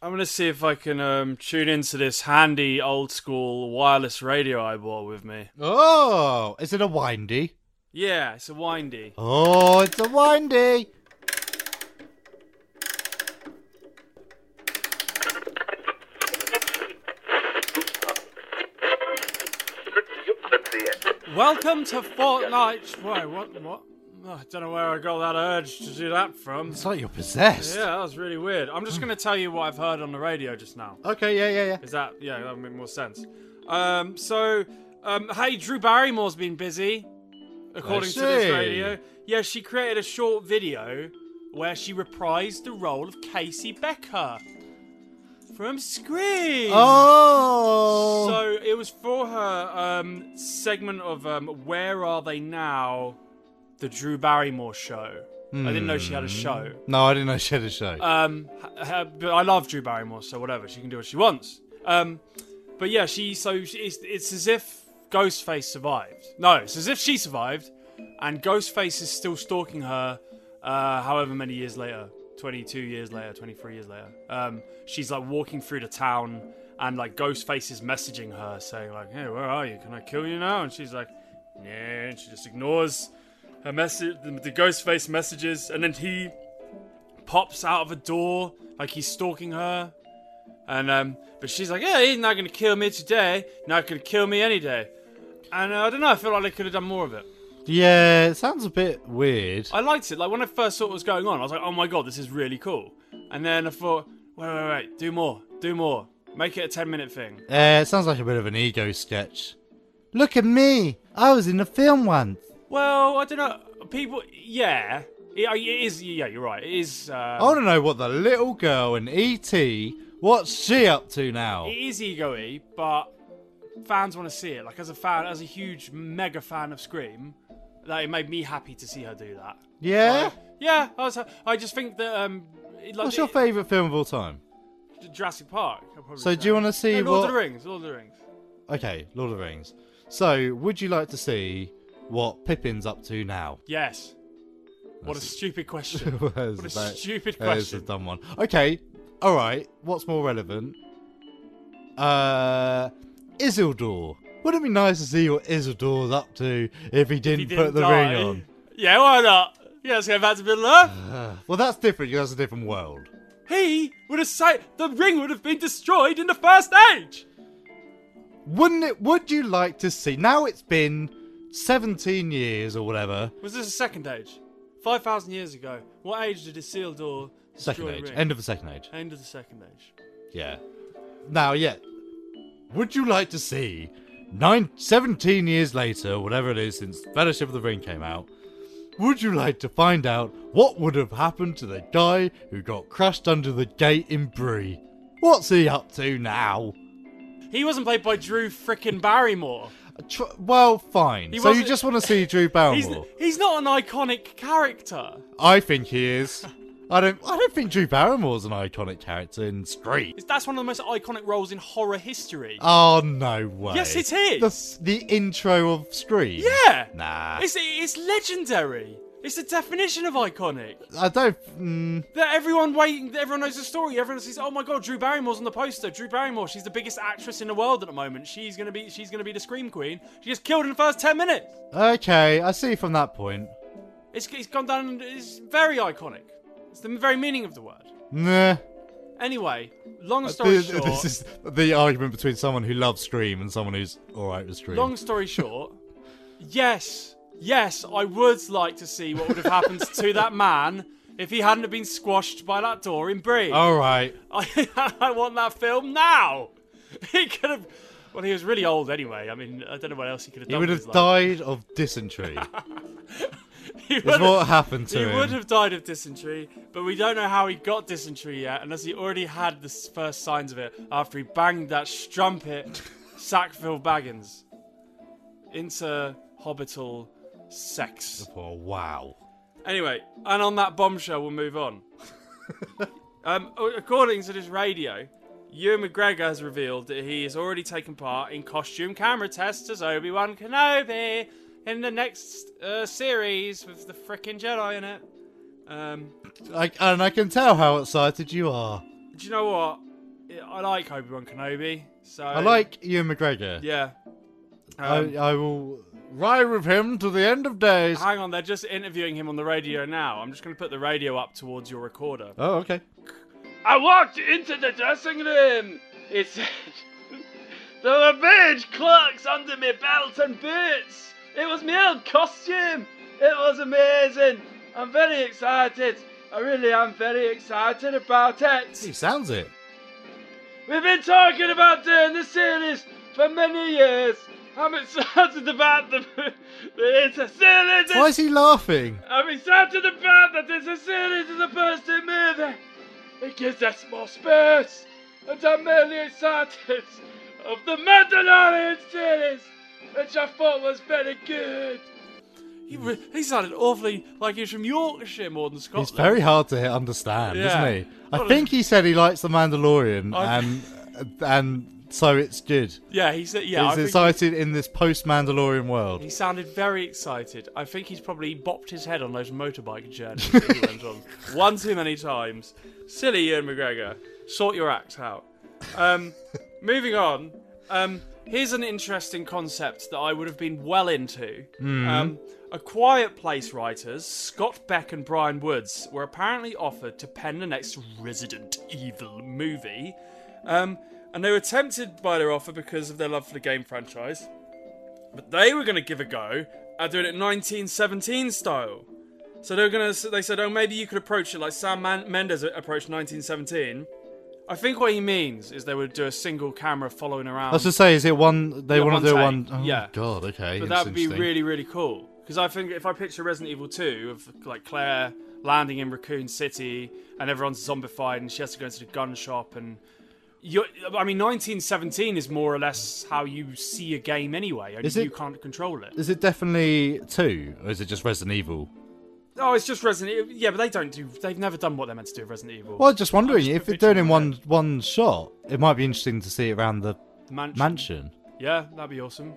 [SPEAKER 3] I'm gonna see if I can um, tune into this handy old school wireless radio I bought with me.
[SPEAKER 4] oh is it a windy
[SPEAKER 3] Yeah, it's a windy.
[SPEAKER 4] oh it's a windy
[SPEAKER 3] Welcome to Fortnite. Wait, what? What? Oh, I don't know where I got that urge to do that from.
[SPEAKER 4] It's like you're possessed.
[SPEAKER 3] Yeah, that was really weird. I'm just gonna tell you what I've heard on the radio just now.
[SPEAKER 4] Okay, yeah, yeah, yeah.
[SPEAKER 3] Is that yeah? That would make more sense. Um, so, um, hey, Drew Barrymore's been busy, according to
[SPEAKER 4] see.
[SPEAKER 3] this radio. Yeah, she created a short video where she reprised the role of Casey Becker from Scream.
[SPEAKER 4] Oh.
[SPEAKER 3] So it was for her um, segment of um, Where Are They Now? The Drew Barrymore show. I didn't know she had a show.
[SPEAKER 4] No, I didn't know she had a show.
[SPEAKER 3] Um, h- h- but I love Drew Barrymore, so whatever she can do what she wants. Um, but yeah, she so she, it's, it's as if Ghostface survived. No, it's as if she survived, and Ghostface is still stalking her. Uh, however many years later, twenty-two years later, twenty-three years later, um, she's like walking through the town, and like Ghostface is messaging her saying like, "Hey, where are you? Can I kill you now?" And she's like, "Nah," and she just ignores her message, the, the Ghostface messages, and then he pops out of a door like he's stalking her. And um, but she's like, yeah, he's not gonna kill me today. Not gonna kill me any day. And uh, I don't know. I feel like they could have done more of it.
[SPEAKER 4] yeah, it sounds a bit weird.
[SPEAKER 3] I liked it. Like when I first saw what was going on, I was like, oh my god, this is really cool. And then I thought, wait, wait, wait, do more, do more, make it a ten minute thing.
[SPEAKER 4] Uh, it sounds like a bit of an ego sketch. Look at me. I was in a film once.
[SPEAKER 3] Well, I don't know. People, yeah, it, it is. Yeah, you're right. It is. Uh,
[SPEAKER 4] I want to know what the little girl in E.T. What's she up to now?
[SPEAKER 3] It is ego-y, but fans want to see it. Like as a fan, as a huge mega fan of Scream, like it made me happy to see her do that.
[SPEAKER 4] Yeah.
[SPEAKER 3] Yeah, I was. I just think that um, it- like
[SPEAKER 4] What's your favourite film of all time?
[SPEAKER 3] it- Jurassic Park. I'll probably
[SPEAKER 4] So do
[SPEAKER 3] say.
[SPEAKER 4] you wanna see
[SPEAKER 3] No, Lord
[SPEAKER 4] what-
[SPEAKER 3] of the Rings? Lord of the Rings.
[SPEAKER 4] Okay, Lord of the Rings. So, would you like to see what Pippin's up to now?
[SPEAKER 3] Yes. What a stupid question.
[SPEAKER 4] Well,
[SPEAKER 3] what
[SPEAKER 4] that's
[SPEAKER 3] a
[SPEAKER 4] about-
[SPEAKER 3] stupid
[SPEAKER 4] that is a
[SPEAKER 3] question.
[SPEAKER 4] dumb one. Okay, all right. What's more relevant? Uh, Isildur. Wouldn't it be nice to see what Isildur's up to if he didn't,
[SPEAKER 3] didn't
[SPEAKER 4] put the
[SPEAKER 3] die.
[SPEAKER 4] ring on?
[SPEAKER 3] Yeah, why not? Yeah, let's go back to Middle Earth.
[SPEAKER 4] well, that's different. That's a different world.
[SPEAKER 3] He would have saved. The ring would have been destroyed in the first age.
[SPEAKER 4] Wouldn't it? Would you like to see? Now it's been 17 years or whatever.
[SPEAKER 3] Was this a second age? Five thousand years ago. What age did Isildur destroy
[SPEAKER 4] Second
[SPEAKER 3] the
[SPEAKER 4] age.
[SPEAKER 3] ring?
[SPEAKER 4] End of the second age.
[SPEAKER 3] End of the second age.
[SPEAKER 4] Yeah. Now, yeah. Would you like to see nine, 17 years later, whatever it is, since Fellowship of the Ring came out, would you like to find out what would have happened to the guy who got crushed under the gate in Bree? What's he up to now?
[SPEAKER 3] He wasn't played by Drew frickin' Barrymore.
[SPEAKER 4] Tr- well, fine.
[SPEAKER 3] He
[SPEAKER 4] so you
[SPEAKER 3] wasn't-
[SPEAKER 4] just want to see Drew
[SPEAKER 3] He's,
[SPEAKER 4] Barrymore?
[SPEAKER 3] he's not an iconic character.
[SPEAKER 4] I think he is. I don't. I don't think Drew Barrymore's an iconic character in Street.
[SPEAKER 3] It's- That's one of the most iconic roles in horror history.
[SPEAKER 4] Oh no way!
[SPEAKER 3] Yes, it is.
[SPEAKER 4] The, the intro of Scream.
[SPEAKER 3] yeah.
[SPEAKER 4] Nah.
[SPEAKER 3] It's it's legendary. It's the definition of iconic.
[SPEAKER 4] I don't. Mm,
[SPEAKER 3] That everyone waiting, that everyone knows the story. Everyone says, "Oh my god, Drew Barrymore's on the poster. Drew Barrymore, she's the biggest actress in the world at the moment. She's gonna be, she's gonna be the scream queen. She gets killed in the first ten minutes.
[SPEAKER 4] okay, I see from that point.
[SPEAKER 3] It's, it's gone down. It's very iconic. It's the very meaning of the word.
[SPEAKER 4] Nah.
[SPEAKER 3] Anyway, long story
[SPEAKER 4] Uh, This,
[SPEAKER 3] short,
[SPEAKER 4] this is the argument between someone who loves Scream and someone who's alright with Scream.
[SPEAKER 3] Long story short, yes, yes, I would like to see what would have happened to that man if he hadn't have been squashed by that door in Bree.
[SPEAKER 4] Oh. Alright.
[SPEAKER 3] I, I want that film now. He could have. Well, he was really old anyway. I mean, I don't know what else he could have done.
[SPEAKER 4] He would
[SPEAKER 3] with
[SPEAKER 4] have
[SPEAKER 3] his life.
[SPEAKER 4] died of dysentery.
[SPEAKER 3] He
[SPEAKER 4] is
[SPEAKER 3] would
[SPEAKER 4] what
[SPEAKER 3] have-
[SPEAKER 4] happened to
[SPEAKER 3] he
[SPEAKER 4] him.
[SPEAKER 3] would have died of dysentery, but we don't know how he got dysentery yet, unless he already had the s- first signs of it after he banged that strumpet Sackville Baggins into Hobbital sex.
[SPEAKER 4] oh wow.
[SPEAKER 3] Anyway, and on that bombshell, we'll move on. um, a- according to this radio, Ewan McGregor has revealed that he has already taken part in costume camera tests as Obi Wan Kenobi in the next uh, series with the frickin' Jedi in it. Um,
[SPEAKER 4] I, and I can tell how excited you are.
[SPEAKER 3] do you know what? I- I like Obi Wan Kenobi, so
[SPEAKER 4] I like Oh, Ian McGregor.
[SPEAKER 3] Yeah. Um,
[SPEAKER 4] I, I will ride with him to the end of days.
[SPEAKER 3] Hang on, they're just interviewing him on the radio now. I'm just going to put the radio up towards your recorder.
[SPEAKER 4] Oh, okay.
[SPEAKER 3] I walked into the dressing room. It said, There were beige clerks under me belt and boots. It was my old costume. It was amazing. I'm very excited. I really am very excited about
[SPEAKER 4] He
[SPEAKER 3] it.
[SPEAKER 4] sounds it.
[SPEAKER 3] We've been talking about doing this series for many years. I'm excited about the, the it's a series.
[SPEAKER 4] Why is he laughing?
[SPEAKER 3] I'm excited about that it's a series as opposed to a movie. It gives us more space, and I'm really excited of the Mandalorian series, which I thought was very good. He, re- he sounded awfully like he's from Yorkshire more than Scotland.
[SPEAKER 4] It's very hard to understand,
[SPEAKER 3] Yeah.
[SPEAKER 4] isn't he? I
[SPEAKER 3] Well,
[SPEAKER 4] think he said he likes the Mandalorian,
[SPEAKER 3] I-
[SPEAKER 4] and and so it's good.
[SPEAKER 3] Yeah, he said. Yeah, I
[SPEAKER 4] he's
[SPEAKER 3] think
[SPEAKER 4] excited in this post-Mandalorian world.
[SPEAKER 3] He sounded very excited. I think he's probably bopped his head on those motorbike journeys that he went on one too many times. Silly Ian McGregor. Sort your act out. Um, moving on. Um, here's an interesting concept that I would have been well into.
[SPEAKER 4] Mhm.
[SPEAKER 3] Um, a Quiet Place writers, Scott Beck and Brian Woods, were apparently offered to pen the next Resident Evil movie. Um, and they were tempted by their offer because of their love for the game franchise. But they were going to give a go at doing it 1917 style. So they were going to. They said, "Oh, maybe you could approach it like Sam Man- Mendes approached 1917." I think what he means is they would do a single camera following around.
[SPEAKER 4] Let's just say, is it one they
[SPEAKER 3] Yeah,
[SPEAKER 4] want
[SPEAKER 3] one
[SPEAKER 4] to do
[SPEAKER 3] take.
[SPEAKER 4] one oh
[SPEAKER 3] Yeah.
[SPEAKER 4] God, okay.
[SPEAKER 3] But
[SPEAKER 4] that's
[SPEAKER 3] that would be
[SPEAKER 4] interesting.
[SPEAKER 3] really, really cool. Because I think if I picture Resident Evil 2 of like Claire landing in Raccoon City and everyone's zombified and she has to go into the gun shop and you I mean 1917 is more or less how you see a game anyway. Only
[SPEAKER 4] Is it-
[SPEAKER 3] you can't control it.
[SPEAKER 4] Is it definitely two, or is it just Resident Evil?
[SPEAKER 3] Oh, it's just Resident Evil. Yeah, but they don't do they've never done what they're meant to do with Resident Evil.
[SPEAKER 4] Well, I'm just wondering
[SPEAKER 3] I'm just
[SPEAKER 4] if they're doing it in one one shot, it might be interesting to see it around the
[SPEAKER 3] The mansion.
[SPEAKER 4] mansion.
[SPEAKER 3] Yeah, that'd be awesome.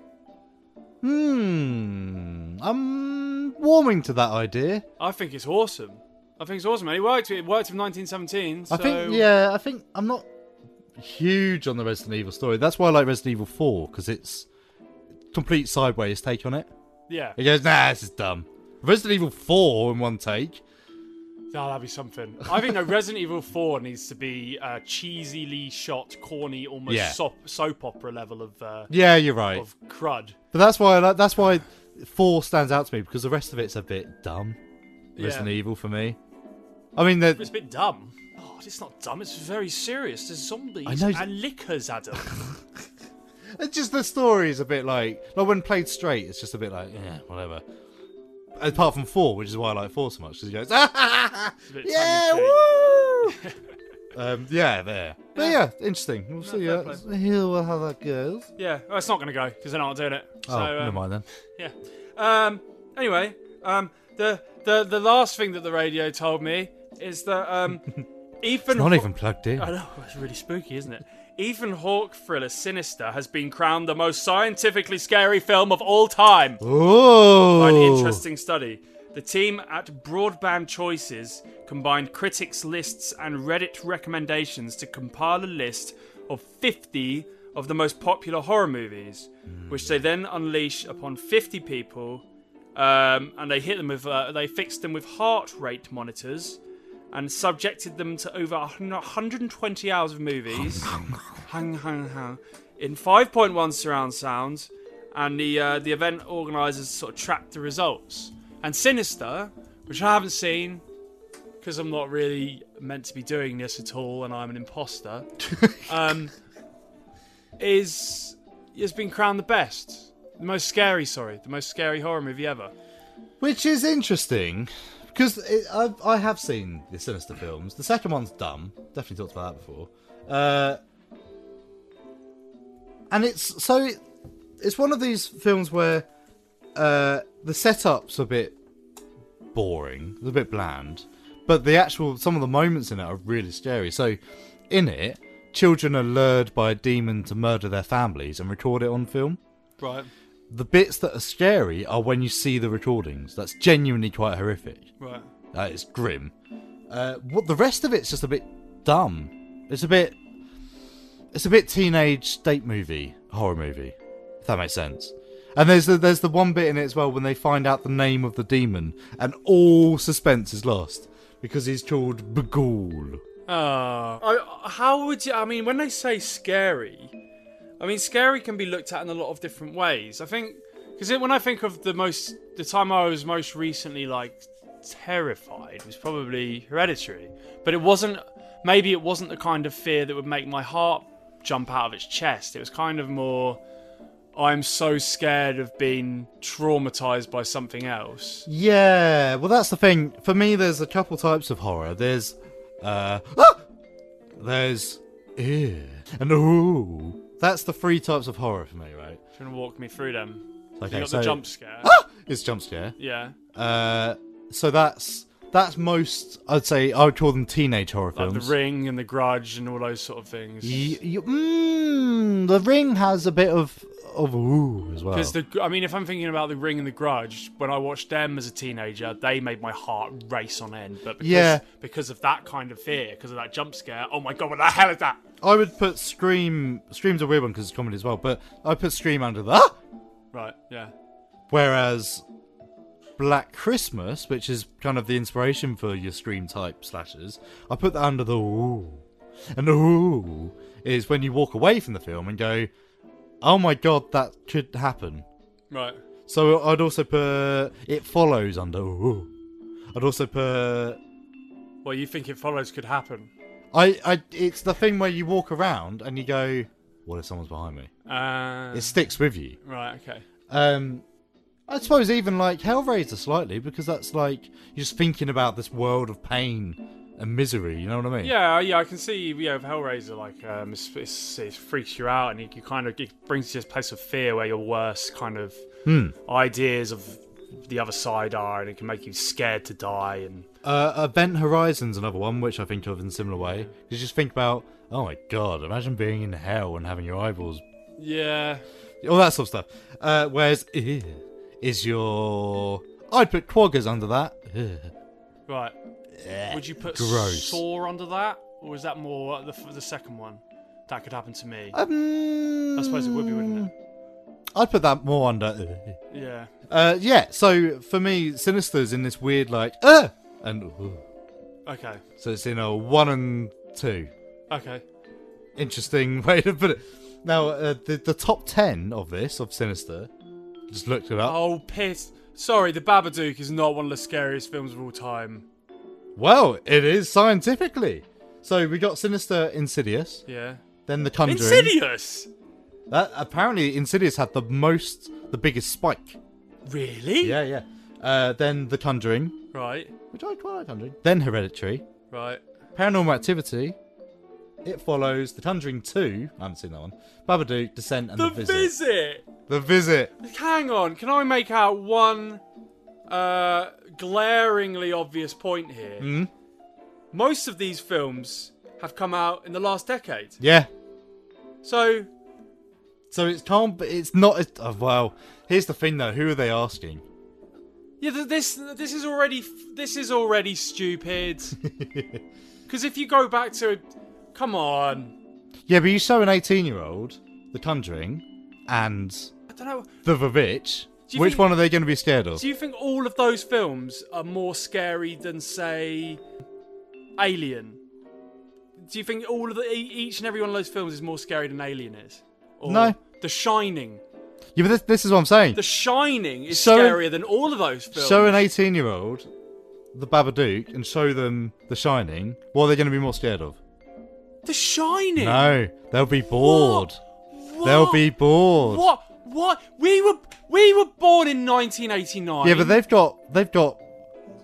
[SPEAKER 4] Hmm, I'm warming to that idea.
[SPEAKER 3] I think it's awesome. I think it's awesome. And it worked it worked in 1917. So
[SPEAKER 4] I think yeah, I think I'm not huge on the Resident Evil story. That's why I like Resident Evil Four because it's complete sideways take on it.
[SPEAKER 3] Yeah.
[SPEAKER 4] It goes nah, this is dumb. Resident Evil 4 in one take.
[SPEAKER 3] Oh, that'd be something. I think no, Resident Evil 4 needs to be uh, cheesily shot, corny, almost
[SPEAKER 4] Yeah.
[SPEAKER 3] sop, soap opera level of uh,
[SPEAKER 4] Yeah, you're right.
[SPEAKER 3] of crud.
[SPEAKER 4] But that's why I like, that's why 4 stands out to me because the rest of it's a bit dumb.
[SPEAKER 3] Yeah.
[SPEAKER 4] Resident Evil for me. I mean, the,
[SPEAKER 3] It's a bit dumb. Oh, it's not dumb. It's very serious. There's zombies
[SPEAKER 4] I know.
[SPEAKER 3] and liquors, Adam.
[SPEAKER 4] It's just the story is a bit like like when played straight, it's just a bit like yeah, whatever. Apart from four, which is why I like four so much, because he goes, ah, yeah, woo, um, yeah, there. But yeah, interesting. We'll see. Yeah.
[SPEAKER 3] fair
[SPEAKER 4] Let's hear well how that goes.
[SPEAKER 3] Yeah, well, it's not going to go because they're not doing it.
[SPEAKER 4] Oh,
[SPEAKER 3] so, um,
[SPEAKER 4] never mind then.
[SPEAKER 3] Yeah. Um. Anyway, um. The the the last thing that the radio told me is that um. Ethan.
[SPEAKER 4] It's not
[SPEAKER 3] Haw-
[SPEAKER 4] even plugged in.
[SPEAKER 3] I know. It's really spooky, isn't it? Ethan Hawke thriller Sinister has been crowned the most scientifically scary film of all time by an
[SPEAKER 4] Oh,
[SPEAKER 3] interesting study. The team at Broadband Choices combined critics' lists and Reddit recommendations to compile a list of 50 of the most popular horror movies, which they then unleash upon 50 people, um, and they hit them with uh, they fixed them with heart rate monitors, and subjected them to over 120 hours of movies. hang, hang, hang. In 5.1 surround sound, and the uh, the event organisers sort of tracked the results. And Sinister, which I haven't seen because I'm not really meant to be doing this at all, and I'm an imposter, um, is has been crowned the best, the most scary. Sorry, the most scary horror movie ever.
[SPEAKER 4] which is interesting because it, I, I have seen the Sinister films. The second one's dumb. Definitely talked about that before. Uh, and it's so it, it's one of these films where uh, the setup's a bit boring, it's a bit bland, but the actual some of the moments in it are really scary. So in it, children are lured by a demon to murder their families and record it on film
[SPEAKER 3] Right.
[SPEAKER 4] the bits that are scary are when you see the recordings. That's genuinely quite horrific.
[SPEAKER 3] Right.
[SPEAKER 4] That is grim. Uh, what the rest of it's just a bit dumb. It's a bit, it's a bit teenage state movie horror movie. If that makes sense. And there's the, there's the one bit in it as well when they find out the name of the demon and all suspense is lost because he's called Bagul.
[SPEAKER 3] Oh. I, how would you? I mean, when they say scary, I mean scary can be looked at in a lot of different ways. I think because when I think of the most, the time I was most recently like terrified was probably Hereditary, but it wasn't. Maybe it wasn't the kind of fear that would make my heart jump out of its chest. It was kind of more. I'm so scared of being traumatized by something else.
[SPEAKER 4] Yeah, well, that's the thing. For me, there's a couple types of horror. There's, uh, ah! there's, ew, and ooh. That's the three types of horror for me, right?
[SPEAKER 3] Do you want to walk me through them?
[SPEAKER 4] Okay,
[SPEAKER 3] you got
[SPEAKER 4] so-
[SPEAKER 3] the jump scare.
[SPEAKER 4] Ah! It's jump scare.
[SPEAKER 3] Yeah.
[SPEAKER 4] Uh, so that's that's most. I'd say I would call them teenage horror
[SPEAKER 3] Like
[SPEAKER 4] films.
[SPEAKER 3] the ring and the grudge and all those sort of things.
[SPEAKER 4] Y- y- mm, the ring has a bit of of ooh as well.
[SPEAKER 3] Because the, I mean, if I'm thinking about the Ring and the Grudge, when I watched them as a teenager, they made my heart race on end. But because,
[SPEAKER 4] Yeah.
[SPEAKER 3] because of that kind of fear, because of that jump scare, oh my god, what the hell is that?
[SPEAKER 4] I would put Scream. Scream's a weird one because it's comedy as well, but I put Scream under the. Ah!
[SPEAKER 3] Right, yeah,
[SPEAKER 4] Whereas Black Christmas, which is kind of the inspiration for your scream type slashers, I put that under the ooh. And the ooh is when you walk away from the film and go, oh my god, that could happen.
[SPEAKER 3] right.
[SPEAKER 4] So I'd also put It Follows under ooh. I'd also put.
[SPEAKER 3] Well, you think it follows could happen?
[SPEAKER 4] I, I, it's the thing where you walk around and you go, what if someone's behind me?
[SPEAKER 3] Uh,
[SPEAKER 4] It sticks with you.
[SPEAKER 3] Right, okay.
[SPEAKER 4] Um, I suppose even like Hellraiser slightly because that's like you're just thinking about this world of pain and misery. You know what I mean?
[SPEAKER 3] Yeah, yeah, I can see. Yeah, with Hellraiser, like, um, it's, it's, it freaks you out, and you, you kind of it brings you to this place of fear where your worst kind of
[SPEAKER 4] Hmm.
[SPEAKER 3] ideas of the other side are, and it can make you scared to die. And
[SPEAKER 4] Uh, Event Horizon's another one which I think of in a similar way because just think about oh my god, imagine being in hell and having your eyeballs,
[SPEAKER 3] yeah,
[SPEAKER 4] all that sort of stuff. Uh, whereas eh, is your I'd put quaggers under that. Eh.
[SPEAKER 3] right. Would you put
[SPEAKER 4] gross.
[SPEAKER 3] Saw under that, or is that more the, the second one? That could happen to me.
[SPEAKER 4] Um,
[SPEAKER 3] I suppose it would be, wouldn't it?
[SPEAKER 4] I'd put that more under. eh.
[SPEAKER 3] Yeah.
[SPEAKER 4] Uh, yeah. So for me, Sinister's in this weird like uh and ooh.
[SPEAKER 3] Okay.
[SPEAKER 4] so it's in a one and two.
[SPEAKER 3] Okay.
[SPEAKER 4] Interesting way to put it. Now uh, the the top ten of this of Sinister. Just looked it up.
[SPEAKER 3] Oh, piss. Sorry, The Babadook is not one of the scariest films of all time.
[SPEAKER 4] Well, it is scientifically. So we got Sinister, Insidious.
[SPEAKER 3] Yeah.
[SPEAKER 4] Then the Conjuring.
[SPEAKER 3] Insidious?
[SPEAKER 4] That apparently Insidious had the most, the biggest spike.
[SPEAKER 3] Really?
[SPEAKER 4] Yeah, yeah. Uh, then the Conjuring.
[SPEAKER 3] Right.
[SPEAKER 4] Which I quite like Conjuring. Then Hereditary.
[SPEAKER 3] Right.
[SPEAKER 4] Paranormal Activity. It follows The Conjuring 2. I haven't seen that one. Babadook, Descent, and The,
[SPEAKER 3] The Visit.
[SPEAKER 4] The Visit.
[SPEAKER 3] Hang on, can I make out one uh, glaringly obvious point here?
[SPEAKER 4] Mm.
[SPEAKER 3] Most of these films have come out in the last decade.
[SPEAKER 4] Yeah.
[SPEAKER 3] So,
[SPEAKER 4] So it's can't. be- It's not. It's, oh, well, here's the thing though. Who are they asking?
[SPEAKER 3] yeah, th- this this is already f- this is already stupid. Because if you go back to, come on,
[SPEAKER 4] Yeah, but you show an 18 year old The Conjuring and
[SPEAKER 3] I don't know.
[SPEAKER 4] The Vavitch.
[SPEAKER 3] Do you
[SPEAKER 4] Which
[SPEAKER 3] think-
[SPEAKER 4] one are they going to be scared of?
[SPEAKER 3] Do you think all of those films are more scary than, say, Alien? Do you think all of the e- each and every one of those films is more scary than Alien is? Or
[SPEAKER 4] No.
[SPEAKER 3] The Shining.
[SPEAKER 4] yeah, but this, this is what I'm saying.
[SPEAKER 3] The Shining is
[SPEAKER 4] So-
[SPEAKER 3] scarier than all of those films.
[SPEAKER 4] show an 18 year old The Babadook and show them The Shining. What are they going to be more scared of?
[SPEAKER 3] the Shining.
[SPEAKER 4] No, they'll be bored.
[SPEAKER 3] What?
[SPEAKER 4] They'll be bored.
[SPEAKER 3] What? What? We were we were born in 1989.
[SPEAKER 4] Yeah, but they've got they've got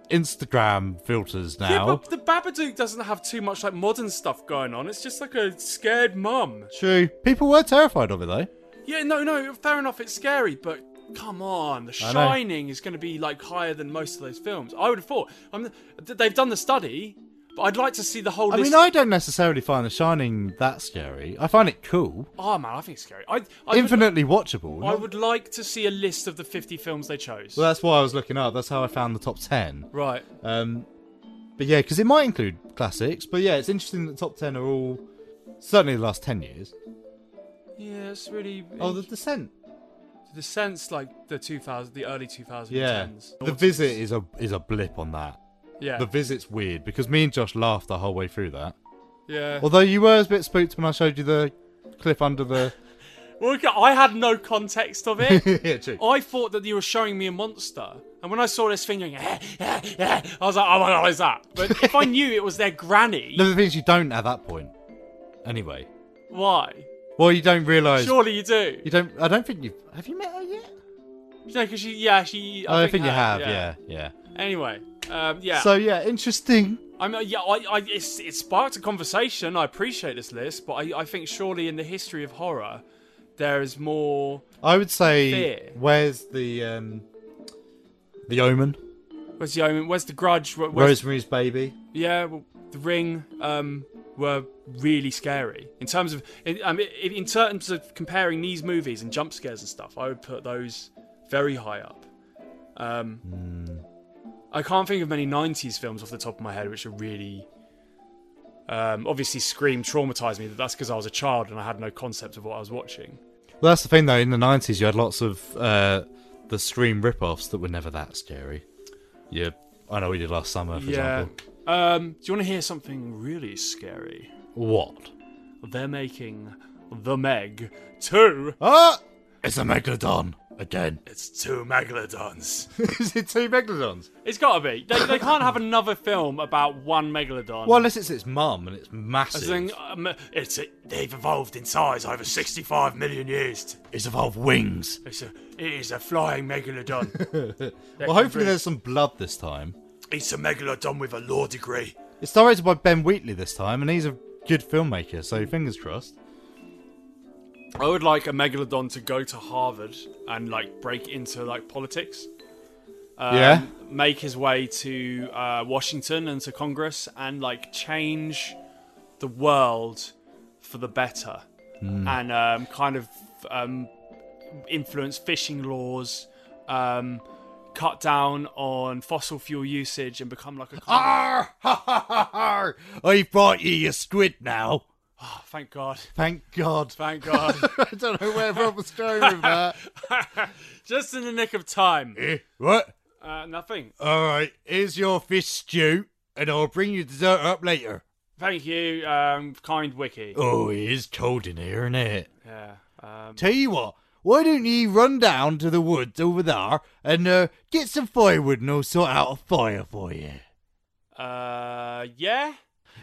[SPEAKER 4] Instagram filters
[SPEAKER 3] Yeah,
[SPEAKER 4] now.
[SPEAKER 3] but the Babadook doesn't have too much like modern stuff going on. It's just like a scared mum.
[SPEAKER 4] True. People were terrified of it though.
[SPEAKER 3] Yeah, no, no, fair enough, it's scary, but come on, The
[SPEAKER 4] I know.
[SPEAKER 3] Shining is going to be like higher than most of those films. I would have thought. I mean, th- they've done the study, but I'd like to see the whole
[SPEAKER 4] I
[SPEAKER 3] list.
[SPEAKER 4] mean, I don't necessarily find The Shining that scary. I find it cool,
[SPEAKER 3] Oh man, I think it's scary. I, I
[SPEAKER 4] infinitely watchable.
[SPEAKER 3] Would, I would like to see a list of the 50 films they chose.
[SPEAKER 4] Well, that's why I was looking up. That's how I found the top ten.
[SPEAKER 3] right.
[SPEAKER 4] Um, but yeah, because it might include classics. But yeah, it's interesting that the top ten are all certainly the last ten years.
[SPEAKER 3] Yeah, it's really.
[SPEAKER 4] Oh, The Descent.
[SPEAKER 3] the sense like the 2000, the early 2010s.
[SPEAKER 4] Yeah, The Visit is a is a blip on that.
[SPEAKER 3] Yeah.
[SPEAKER 4] The Visit's weird because me and Josh laughed the whole way through that.
[SPEAKER 3] Yeah.
[SPEAKER 4] Although you were a bit spooked when I showed you the clip under the.
[SPEAKER 3] Well, okay, I had no context of it.
[SPEAKER 4] yeah, true.
[SPEAKER 3] I thought that you were showing me a monster, and when I saw this thing going, eh, eh, eh, I was like, "Oh my god, what is that?" But if I knew it was their granny,
[SPEAKER 4] No, the things you don't at that point. Anyway,
[SPEAKER 3] why?
[SPEAKER 4] well, you don't realise.
[SPEAKER 3] Surely you do.
[SPEAKER 4] You don't. I don't think you have you met her yet. Oh,
[SPEAKER 3] No, because she, yeah, she.
[SPEAKER 4] I, think, you have. Yeah, yeah.
[SPEAKER 3] Anyway, um, yeah.
[SPEAKER 4] So yeah, interesting.
[SPEAKER 3] I mean, yeah, I, I, it's, it sparked a conversation. I appreciate this list, but I, I think surely in the history of horror, there is more.
[SPEAKER 4] I would say
[SPEAKER 3] Fear.
[SPEAKER 4] where's the um the Omen,
[SPEAKER 3] Where's the omen? Where's the grudge? Where- Where's,
[SPEAKER 4] Rosemary's Baby.
[SPEAKER 3] Yeah, well, the ring um, were really scary in terms of in, um, in in terms of comparing these movies and jump scares and stuff. I would put those very high up. Um, I can't think of many '90s films off the top of my head which are really. Um, obviously, Scream traumatized me, but that's because I was a child and I had no concept of what I was watching.
[SPEAKER 4] Well, that's the thing though. In the nineties, you had lots of uh the Scream rip-offs that were never that scary. Yeah, I know we did last summer, for
[SPEAKER 3] yeah.
[SPEAKER 4] example.
[SPEAKER 3] Um, do you want to hear something really scary?
[SPEAKER 4] What?
[SPEAKER 3] They're making The Meg 2.
[SPEAKER 4] Ah, it's a megalodon again.
[SPEAKER 3] It's two megalodons.
[SPEAKER 4] Is it two megalodons?
[SPEAKER 3] It's got to be. They, they can't have another film about one megalodon.
[SPEAKER 4] Well, unless it's its mum and it's
[SPEAKER 3] As
[SPEAKER 4] massive.
[SPEAKER 3] in, um, it's a, they've evolved in size over 65 million years.
[SPEAKER 4] It's evolved wings.
[SPEAKER 3] It's a, it is a flying megalodon.
[SPEAKER 4] well, hopefully there's some blood this time.
[SPEAKER 3] it's a megalodon with a law degree.
[SPEAKER 4] It's directed by Ben Wheatley this time, and he's a good filmmaker, so fingers crossed.
[SPEAKER 3] I would like a megalodon to go to Harvard and like break into like politics. Um,
[SPEAKER 4] Yeah.
[SPEAKER 3] Make his way to uh, Washington and to Congress and like change the world for the better and um, kind of um, influence fishing laws, um, cut down on fossil fuel usage and become like a. kind of-
[SPEAKER 4] Arr! Ha ha ha! I've brought you your squid now.
[SPEAKER 3] Oh, thank God.
[SPEAKER 4] Thank God.
[SPEAKER 3] Thank God.
[SPEAKER 4] I don't know where Rob was going with that.
[SPEAKER 3] Just in the nick of time.
[SPEAKER 4] Eh, what?
[SPEAKER 3] Uh, nothing.
[SPEAKER 4] All right, here's your fish stew, and I'll bring you dessert up later.
[SPEAKER 3] Thank you, um, kind Wiki.
[SPEAKER 4] Oh, it is cold in here, isn't it?
[SPEAKER 3] Yeah. Um,
[SPEAKER 4] Tell you what, why don't you run down to the woods over there and uh, get some firewood and I'll sort out a fire for you.
[SPEAKER 3] uh, yeah.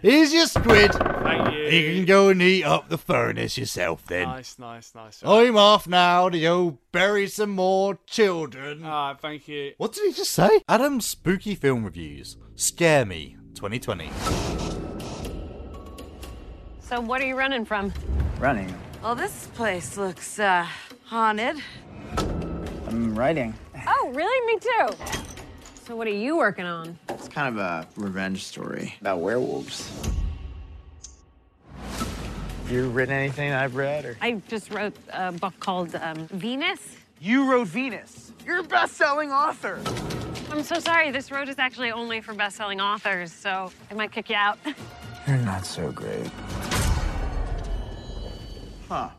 [SPEAKER 4] Here's your squid.
[SPEAKER 3] Thank you.
[SPEAKER 4] You can go and eat up the furnace yourself then.
[SPEAKER 3] Nice, nice, nice.
[SPEAKER 4] I'm off now to go bury some more children.
[SPEAKER 3] Ah, thank you.
[SPEAKER 4] What did he just say? Adam's spooky film reviews. Scare me, 2020.
[SPEAKER 18] So, what are you running from?
[SPEAKER 19] Running.
[SPEAKER 20] Well, this place looks uh, haunted.
[SPEAKER 19] I'm Mm, writing.
[SPEAKER 18] Oh, really? Me too. So, what are you working on?
[SPEAKER 19] It's kind of a revenge story about werewolves. You written anything I've read or?
[SPEAKER 18] I just wrote a book called um, Venus.
[SPEAKER 19] You wrote Venus. You're a best-selling author.
[SPEAKER 18] I'm so sorry. This road is actually only for best-selling authors, so I might kick you out.
[SPEAKER 19] You're not so great. Huh.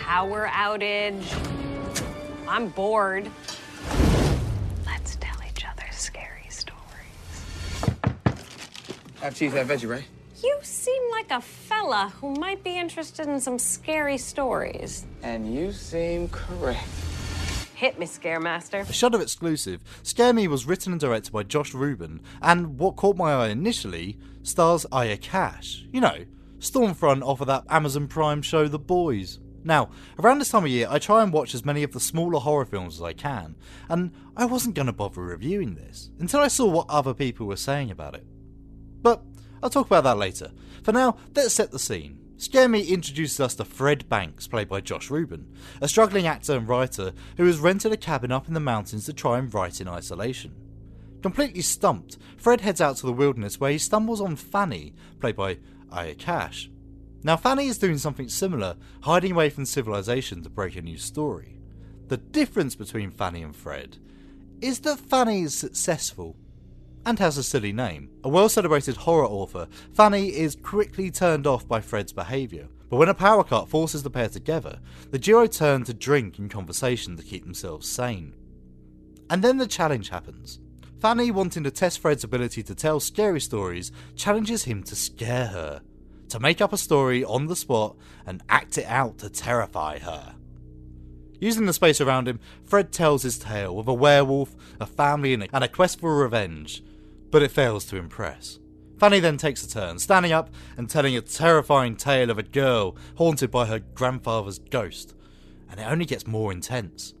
[SPEAKER 18] Power outage. I'm bored. Let's tell each other scary stories.
[SPEAKER 19] Have cheese, have veggie, right?
[SPEAKER 18] You seem like a fella who might be interested in some scary stories.
[SPEAKER 19] And you seem correct.
[SPEAKER 18] Hit me, Scare Master.
[SPEAKER 4] A Shudder exclusive, Scare Me was written and directed by Josh Rubin, and what caught my eye initially stars Aya Cash. You know, Stormfront off of that Amazon Prime show The Boys. Now, around this time of year, I try and watch as many of the smaller horror films as I can, and I wasn't going to bother reviewing this until I saw what other people were saying about it. But I'll talk about that later. For now, let's set the scene. Scare Me introduces us to Fred Banks, played by Josh Rubin, a struggling actor and writer who has rented a cabin up in the mountains to try and write in isolation. Completely stumped, Fred heads out to the wilderness where he stumbles on Fanny, played by Aya Cash. Now, Fanny is doing something similar, hiding away from civilization to break a new story. The difference between Fanny and Fred is that Fanny is successful and has a silly name. A well celebrated horror author, Fanny is quickly turned off by Fred's behaviour. But when a power cut forces the pair together, the duo turn to drink and conversation to keep themselves sane. And then the challenge happens. Fanny, wanting to test Fred's ability to tell scary stories, challenges him to scare her, to make up a story on the spot and act it out to terrify her. Using the space around him, Fred tells his tale of a werewolf, a family, and a- and a quest for revenge, but it fails to impress. Fanny then takes a turn, standing up and telling a terrifying tale of a girl haunted by her grandfather's ghost, and it only gets more intense.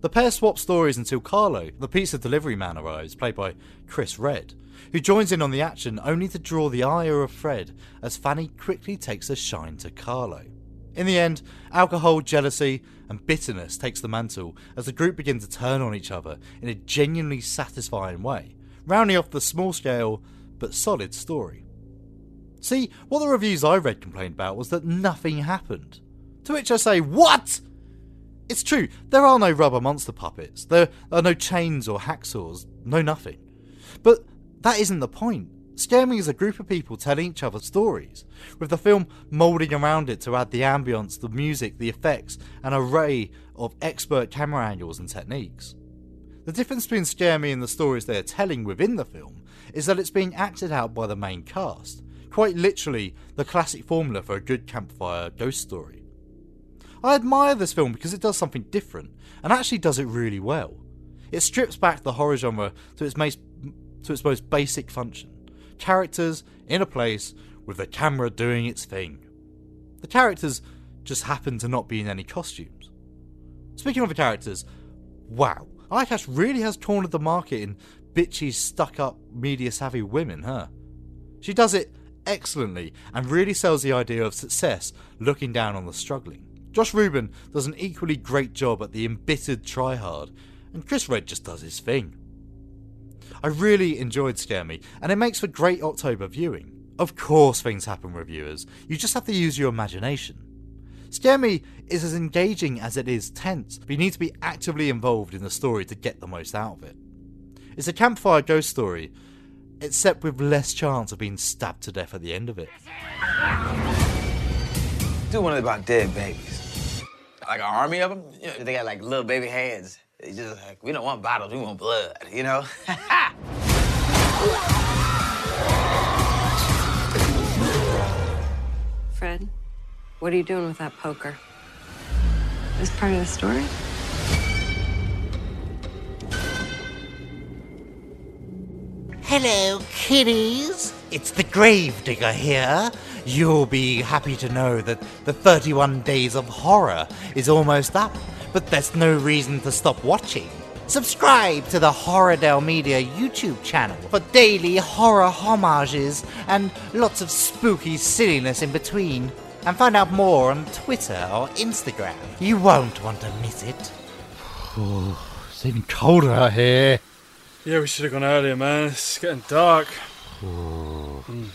[SPEAKER 4] The pair swap stories until Carlo, the pizza delivery man, arrives, played by Chris Red, who joins in on the action only to draw the ire of Fred as Fanny quickly takes a shine to Carlo. In the end, alcohol, jealousy, and bitterness takes the mantle as the group begin to turn on each other in a genuinely satisfying way, rounding off the small scale but solid story. See, what the reviews I read complained about was that nothing happened. To which I say, What? It's true, there are no rubber monster puppets, there are no chains or hacksaws, no nothing. But that isn't the point. Scare Me is a group of people telling each other stories, with the film moulding around it to add the ambience, the music, the effects, an array of expert camera angles and techniques. The difference between Scare Me and the stories they are telling within the film is that it's being acted out by the main cast, quite literally the classic formula for a good campfire ghost story. I admire this film because it does something different, and actually does it really well. It strips back the horror genre to its, mas- to its most basic function characters in a place with the camera doing its thing. The characters just happen to not be in any costumes. Speaking of the characters, wow, ICASH really has cornered the market in bitchy, stuck up, media savvy women, huh? She does it excellently and really sells the idea of success looking down on the struggling. Josh Rubin does an equally great job at the embittered tryhard, and Chris Red just does his thing. I really enjoyed Scare Me, and it makes for great October viewing. Of course, things happen, reviewers. You just have to use your imagination. Scare Me is as engaging as it is tense, but you need to be actively involved in the story to get the most out of it. It's a campfire ghost story, except with less chance of being stabbed to death at the end of it.
[SPEAKER 19] Do one about dead babies. Like an army of them? You know, they got like little baby hands. They just like, we don't want bottles, we want blood, you know?
[SPEAKER 18] Fred, what are you doing with that poker? This part of the story?
[SPEAKER 1] Hello, kitties.
[SPEAKER 4] It's the Gravedigger here. You'll be happy to know that the 31 Days of Horror is almost up, but that's no reason to stop watching. Subscribe to the Horrordale Media YouTube channel for daily horror homages and lots of spooky silliness in between. And find out more on Twitter or Instagram. You won't want to miss it.
[SPEAKER 2] Oh, it's even colder out here.
[SPEAKER 3] Yeah, we should have gone earlier, man. It's getting dark.
[SPEAKER 4] Hmm.
[SPEAKER 2] Oh.
[SPEAKER 3] Mm.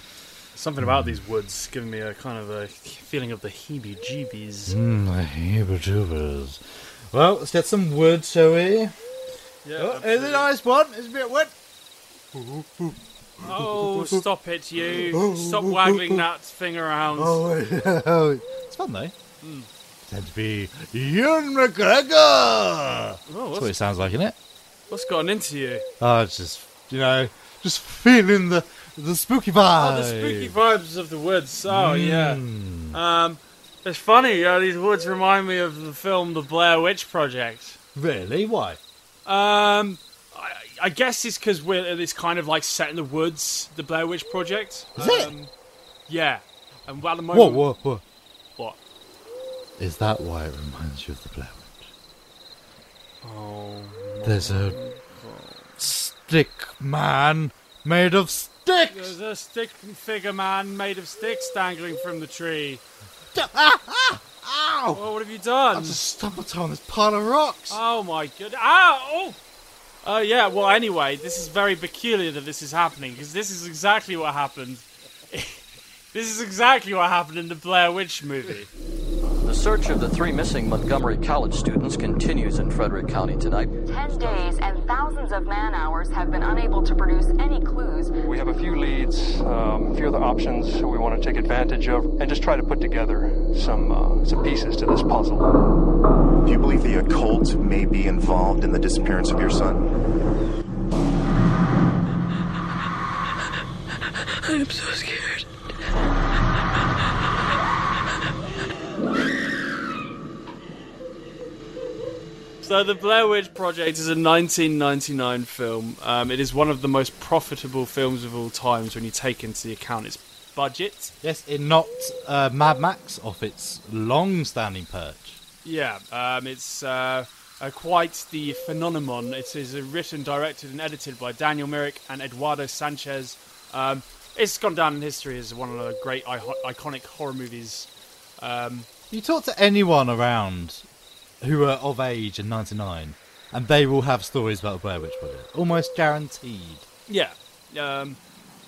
[SPEAKER 3] Something about these woods giving me a kind of a feeling of the heebie-jeebies.
[SPEAKER 2] Mm, the heebie-jeebies. Well, let's get some wood, shall we?
[SPEAKER 4] Hmm.
[SPEAKER 3] Yeah,
[SPEAKER 2] Oh,
[SPEAKER 3] absolutely.
[SPEAKER 2] it's a nice one. It's a bit wet.
[SPEAKER 3] Oh, stop it,
[SPEAKER 4] Oh.
[SPEAKER 3] you! Stop waggling that thing around.
[SPEAKER 2] Oh, it's fun though. Said to be Ewan McGregor. That's what it sounds like, isn't it?
[SPEAKER 3] Oh, What's gotten into you?
[SPEAKER 2] Oh, it's just you know, just feeling the the spooky vibe.
[SPEAKER 3] Oh, the spooky vibes of the woods. Oh,
[SPEAKER 2] Hmm.
[SPEAKER 3] yeah. Um, it's funny. Uh, these woods remind me of the film The Blair Witch Project.
[SPEAKER 2] Really? Why?
[SPEAKER 3] Um, I, I guess it's because we're it's kind of like set in the woods. The Blair Witch Project.
[SPEAKER 2] Is it?
[SPEAKER 3] Um, Yeah. And at the
[SPEAKER 2] Whoa,
[SPEAKER 3] moment,
[SPEAKER 2] whoa, whoa!
[SPEAKER 3] what?
[SPEAKER 2] Is that why it reminds you of the Blair
[SPEAKER 3] Oh,
[SPEAKER 2] Witch? There's a stick man made of sticks.
[SPEAKER 3] There's a stick figure man made of sticks dangling from the tree.
[SPEAKER 2] Ow!
[SPEAKER 3] Oh, what have you done?
[SPEAKER 2] I just stumbled on this pile of rocks.
[SPEAKER 3] Oh my god! Ow! Oh, yeah. Well, anyway, this is very peculiar that this is happening because this is exactly what happened. this is exactly what happened in the Blair Witch movie.
[SPEAKER 21] The search of the three missing Montgomery College students continues in Frederick County tonight.
[SPEAKER 22] Ten days and thousands of man hours have been unable to produce any clues.
[SPEAKER 23] We have a few leads, um, a few other options we want to take advantage of, and just try to put together some uh, some pieces to this puzzle.
[SPEAKER 24] Do you believe the occult may be involved in the disappearance of your son?
[SPEAKER 9] I'm so scared.
[SPEAKER 3] So, the Blair Witch Project is a 1999 film. Um, it is one of the most profitable films of all times when you take into account its budget.
[SPEAKER 4] Yes, it knocked uh, Mad Max off its long-standing perch.
[SPEAKER 3] Yeah, um, it's uh, uh, quite the phenomenon. It is uh, written, directed, and edited by Daniel Merrick and Eduardo Sanchez. Um, it's gone down in history as one of the great I- iconic horror movies. Um,
[SPEAKER 4] You talk to anyone around who are of age in '99, and they will have stories about the Blair Witch Project, almost guaranteed.
[SPEAKER 3] yeah, um,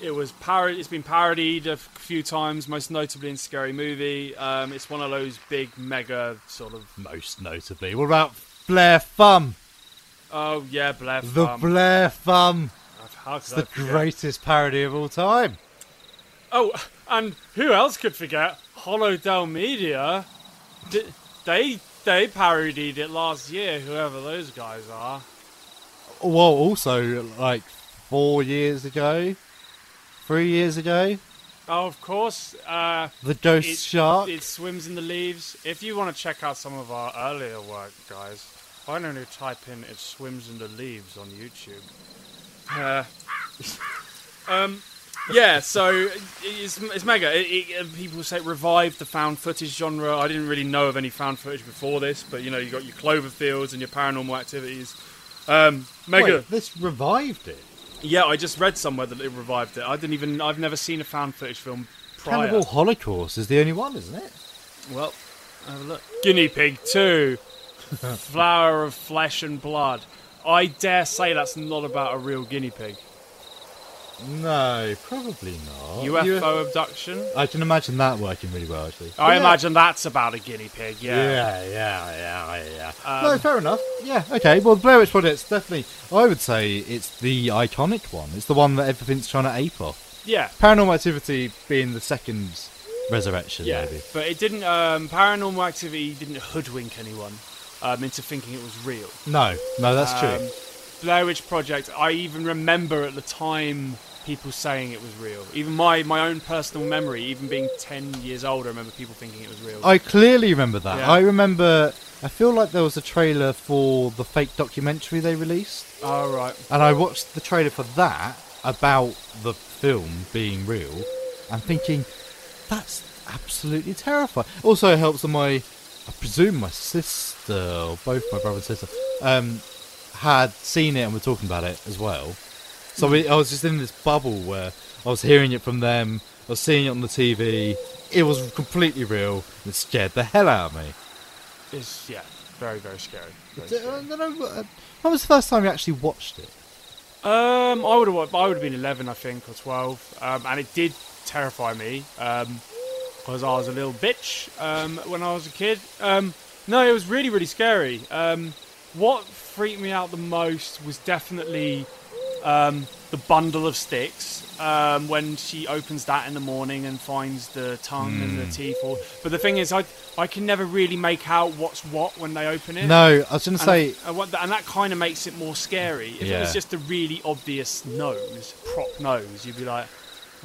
[SPEAKER 3] it was par- It's been parodied a f- few times, most notably in Scary Movie. Um, it's one of those big, mega sort of.
[SPEAKER 4] Most notably, what about Blair Thumb?
[SPEAKER 3] Oh yeah, Blair.
[SPEAKER 4] The
[SPEAKER 3] Farm.
[SPEAKER 4] Blair Thumb.
[SPEAKER 3] How could
[SPEAKER 4] It's
[SPEAKER 3] I
[SPEAKER 4] the
[SPEAKER 3] forget?
[SPEAKER 4] greatest parody of all time.
[SPEAKER 3] Oh, and who else could forget Hollowdell Media? D- they they parodied it last year. Whoever those guys are.
[SPEAKER 4] Well, also like four years ago, three years ago,
[SPEAKER 3] Oh, of course. Uh,
[SPEAKER 4] The Ghost
[SPEAKER 3] it-
[SPEAKER 4] Shark.
[SPEAKER 3] It swims in the leaves. If you want to check out some of our earlier work, guys, why don't you type in "It swims in the leaves" on YouTube? Uh, um, yeah. So it- it's, it's mega. It, it, uh, people say it revived the found footage genre. I didn't really know of any found footage before this, but you know, you got your Cloverfields and your Paranormal Activities. Um, mega.
[SPEAKER 4] Wait, this revived it.
[SPEAKER 3] Yeah, I just read somewhere that it revived it. I didn't even. I've never seen a found footage film prior.
[SPEAKER 4] Cannibal Holocaust is the only one, isn't it?
[SPEAKER 3] Well, have a look. Guinea Pig 2. Flower of Flesh and Blood. I dare say that's not about a real guinea pig.
[SPEAKER 4] No, probably not.
[SPEAKER 3] UFO abduction.
[SPEAKER 4] I can imagine that working really well, actually.
[SPEAKER 3] I imagine that's about a guinea pig.
[SPEAKER 4] Yeah,
[SPEAKER 3] Yeah.
[SPEAKER 4] yeah, yeah, yeah.
[SPEAKER 3] Um,
[SPEAKER 4] no, fair enough. Yeah, okay. Well, Blair Witch Project's definitely. I would say it's the iconic one. It's the one that everything's trying to ape off.
[SPEAKER 3] Yeah.
[SPEAKER 4] Paranormal Activity being the second resurrection,
[SPEAKER 3] Yeah,
[SPEAKER 4] maybe.
[SPEAKER 3] but it didn't. Um, paranormal activity didn't hoodwink anyone um, into thinking it was real.
[SPEAKER 4] No, no, that's true.
[SPEAKER 3] Um, Blair Witch Project. I even remember at the time people saying it was real. Even my my own personal memory, even being ten years old, I remember people thinking it was real.
[SPEAKER 4] I clearly remember that.
[SPEAKER 3] Yeah.
[SPEAKER 4] I remember. I feel like there was a trailer for the fake documentary they released.
[SPEAKER 3] All right.
[SPEAKER 4] And I watched the trailer for that about the film being real and thinking, that's absolutely terrifying. Also, it helps that my, I presume my sister, or both my brother and sister, um, had seen it and were talking about it as well. So we, I was just in this bubble where I was hearing it from them, I was seeing it on the TV, it was completely real, and it scared the hell out of me.
[SPEAKER 3] It's yeah, very very scary. Very
[SPEAKER 4] It's,
[SPEAKER 3] scary.
[SPEAKER 4] uh, no, no, uh, When was the first time you actually watched it?
[SPEAKER 3] Um, I would have I would have been eleven, I think, or twelve, um, and it did terrify me because I was a little bitch um, when I was a kid. Um, no, it was really really scary. Um, what freaked me out the most was definitely um, the bundle of sticks um, when she opens that in the morning and finds the tongue and the
[SPEAKER 4] Mm.
[SPEAKER 3] teeth. Or, but the thing is, I I can never really make out what's what when they open it.
[SPEAKER 4] No, I was gonna
[SPEAKER 3] And
[SPEAKER 4] say-
[SPEAKER 3] I want that, and that kind of makes it more scary. If it
[SPEAKER 4] Yeah.
[SPEAKER 3] was just a really obvious nose, prop nose, you'd be like,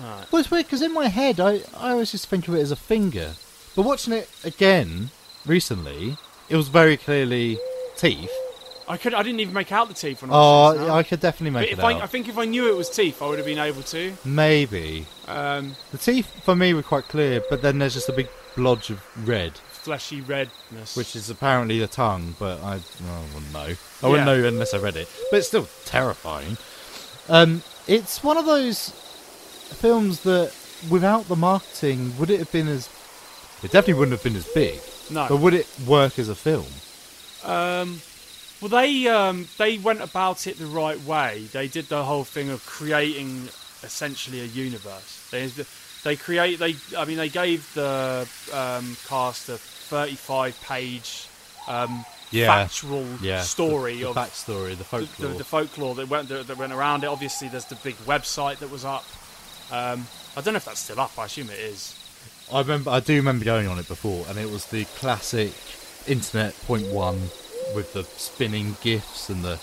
[SPEAKER 3] alright.
[SPEAKER 4] Well, it's weird because in my head, I, I always just think of it as a finger. But watching it again recently, it was very clearly teeth.
[SPEAKER 3] I could, I didn't even make out the teeth when I
[SPEAKER 4] Oh,
[SPEAKER 3] was six now.
[SPEAKER 4] yeah, I could definitely
[SPEAKER 3] But
[SPEAKER 4] make
[SPEAKER 3] if
[SPEAKER 4] it
[SPEAKER 3] I,
[SPEAKER 4] out.
[SPEAKER 3] I think if I knew it was teeth, I would have been able to.
[SPEAKER 4] Maybe.
[SPEAKER 3] Um,
[SPEAKER 4] The teeth for me were quite clear, but then there's just a big blodge of red,
[SPEAKER 3] fleshy redness.
[SPEAKER 4] which is apparently the tongue. But I, I wouldn't know. I wouldn't
[SPEAKER 3] Yeah.
[SPEAKER 4] know unless I read it. But it's still terrifying. Um, it's one of those films that, without the marketing, would it have been as? It definitely wouldn't have been as big.
[SPEAKER 3] No.
[SPEAKER 4] But would it work as a film?
[SPEAKER 3] Um, well, they um, they went about it the right way. They did the whole thing of creating essentially a universe. They they create they I mean they gave the um, cast a thirty-five page um,
[SPEAKER 4] Yeah.
[SPEAKER 3] factual
[SPEAKER 4] Yeah, the-
[SPEAKER 3] story
[SPEAKER 4] the
[SPEAKER 3] of
[SPEAKER 4] backstory, the folklore.
[SPEAKER 3] the, the folklore that went that went around it. Obviously, there's the big website that was up. Um, I don't know if that's still up. I assume it is.
[SPEAKER 4] I remember, I do remember going on it before, and it was the classic internet point one with the spinning gifs and the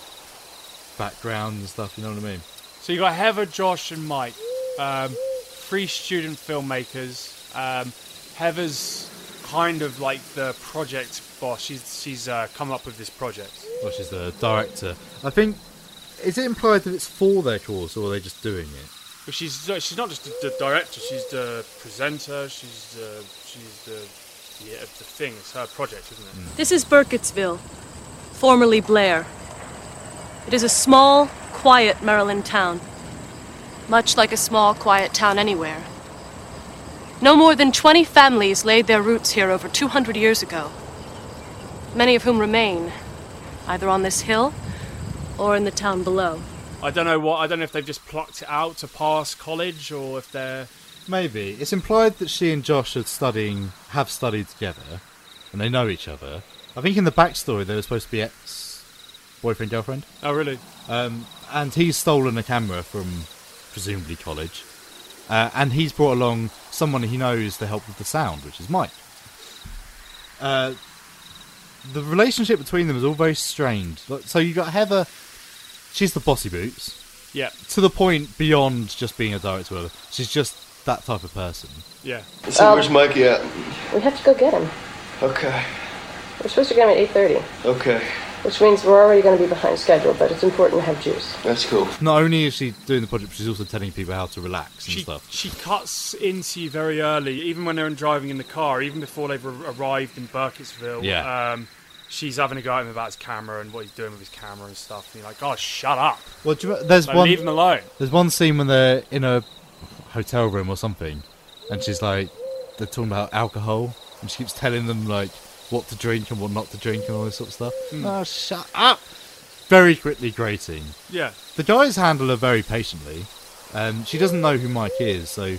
[SPEAKER 4] background and stuff. You know what I mean?
[SPEAKER 3] So you got Heather, Josh, and Mike, um, three student filmmakers. Um, Heather's kind of like the project boss. She's she's uh, come up with this project.
[SPEAKER 4] Which is the director. I think is it implied that it's for their cause, or are they just doing it?
[SPEAKER 3] But she's she's not just the, the director. She's the presenter. She's the she's the yeah, the thing. It's her project, isn't it?
[SPEAKER 11] This is Burkittsville, formerly Blair. It is a small, quiet Maryland town. Much like a small, quiet town anywhere. No more than 20 families laid their roots here over 200 years ago, many of whom remain, either on this hill or in the town below.
[SPEAKER 3] I don't know what I don't know if they've just plucked it out to pass college or if they're
[SPEAKER 4] Maybe it's implied that she and Josh are studying, have studied together, and they know each other. I think in the backstory they were supposed to be ex boyfriend girlfriend.
[SPEAKER 3] Oh, really?
[SPEAKER 4] Um, and he's stolen a camera from presumably college, uh, and he's brought along someone he knows to help with the sound, which is Mike. Uh, the relationship between them is all very strained. Like, So you got Heather, she's the bossy boots.
[SPEAKER 3] Yeah.
[SPEAKER 4] To the point beyond just being a director, whatever. she's just that type of person.
[SPEAKER 3] yeah.
[SPEAKER 25] So where's Mikey at?
[SPEAKER 26] We have to go get him.
[SPEAKER 25] Okay,
[SPEAKER 26] We're supposed to get him at 8.30,
[SPEAKER 25] okay,
[SPEAKER 26] which means we're already going to be behind schedule, but it's important to have juice.
[SPEAKER 25] that's cool.
[SPEAKER 4] Not only is she doing the project, but she's also telling people how to relax and
[SPEAKER 3] she,
[SPEAKER 4] stuff.
[SPEAKER 3] she cuts into you very early, even when they're driving in the car, even before they've ar- arrived in Burkittsville.
[SPEAKER 4] Yeah.
[SPEAKER 3] Um, she's having a go at him about his camera and what he's doing with his camera and stuff. And you're like, oh, shut up.
[SPEAKER 4] Well, do you, re- there's
[SPEAKER 3] Like,
[SPEAKER 4] one.
[SPEAKER 3] Leave him alone.
[SPEAKER 4] There's one scene when they're in a hotel room or something, and she's like, they're talking about alcohol, and she keeps telling them like what to drink and what not to drink and all this sort of stuff. Oh, shut up! Very quickly grating.
[SPEAKER 3] Yeah.
[SPEAKER 4] The guys handle her very patiently. Um, she doesn't know who Mike is, so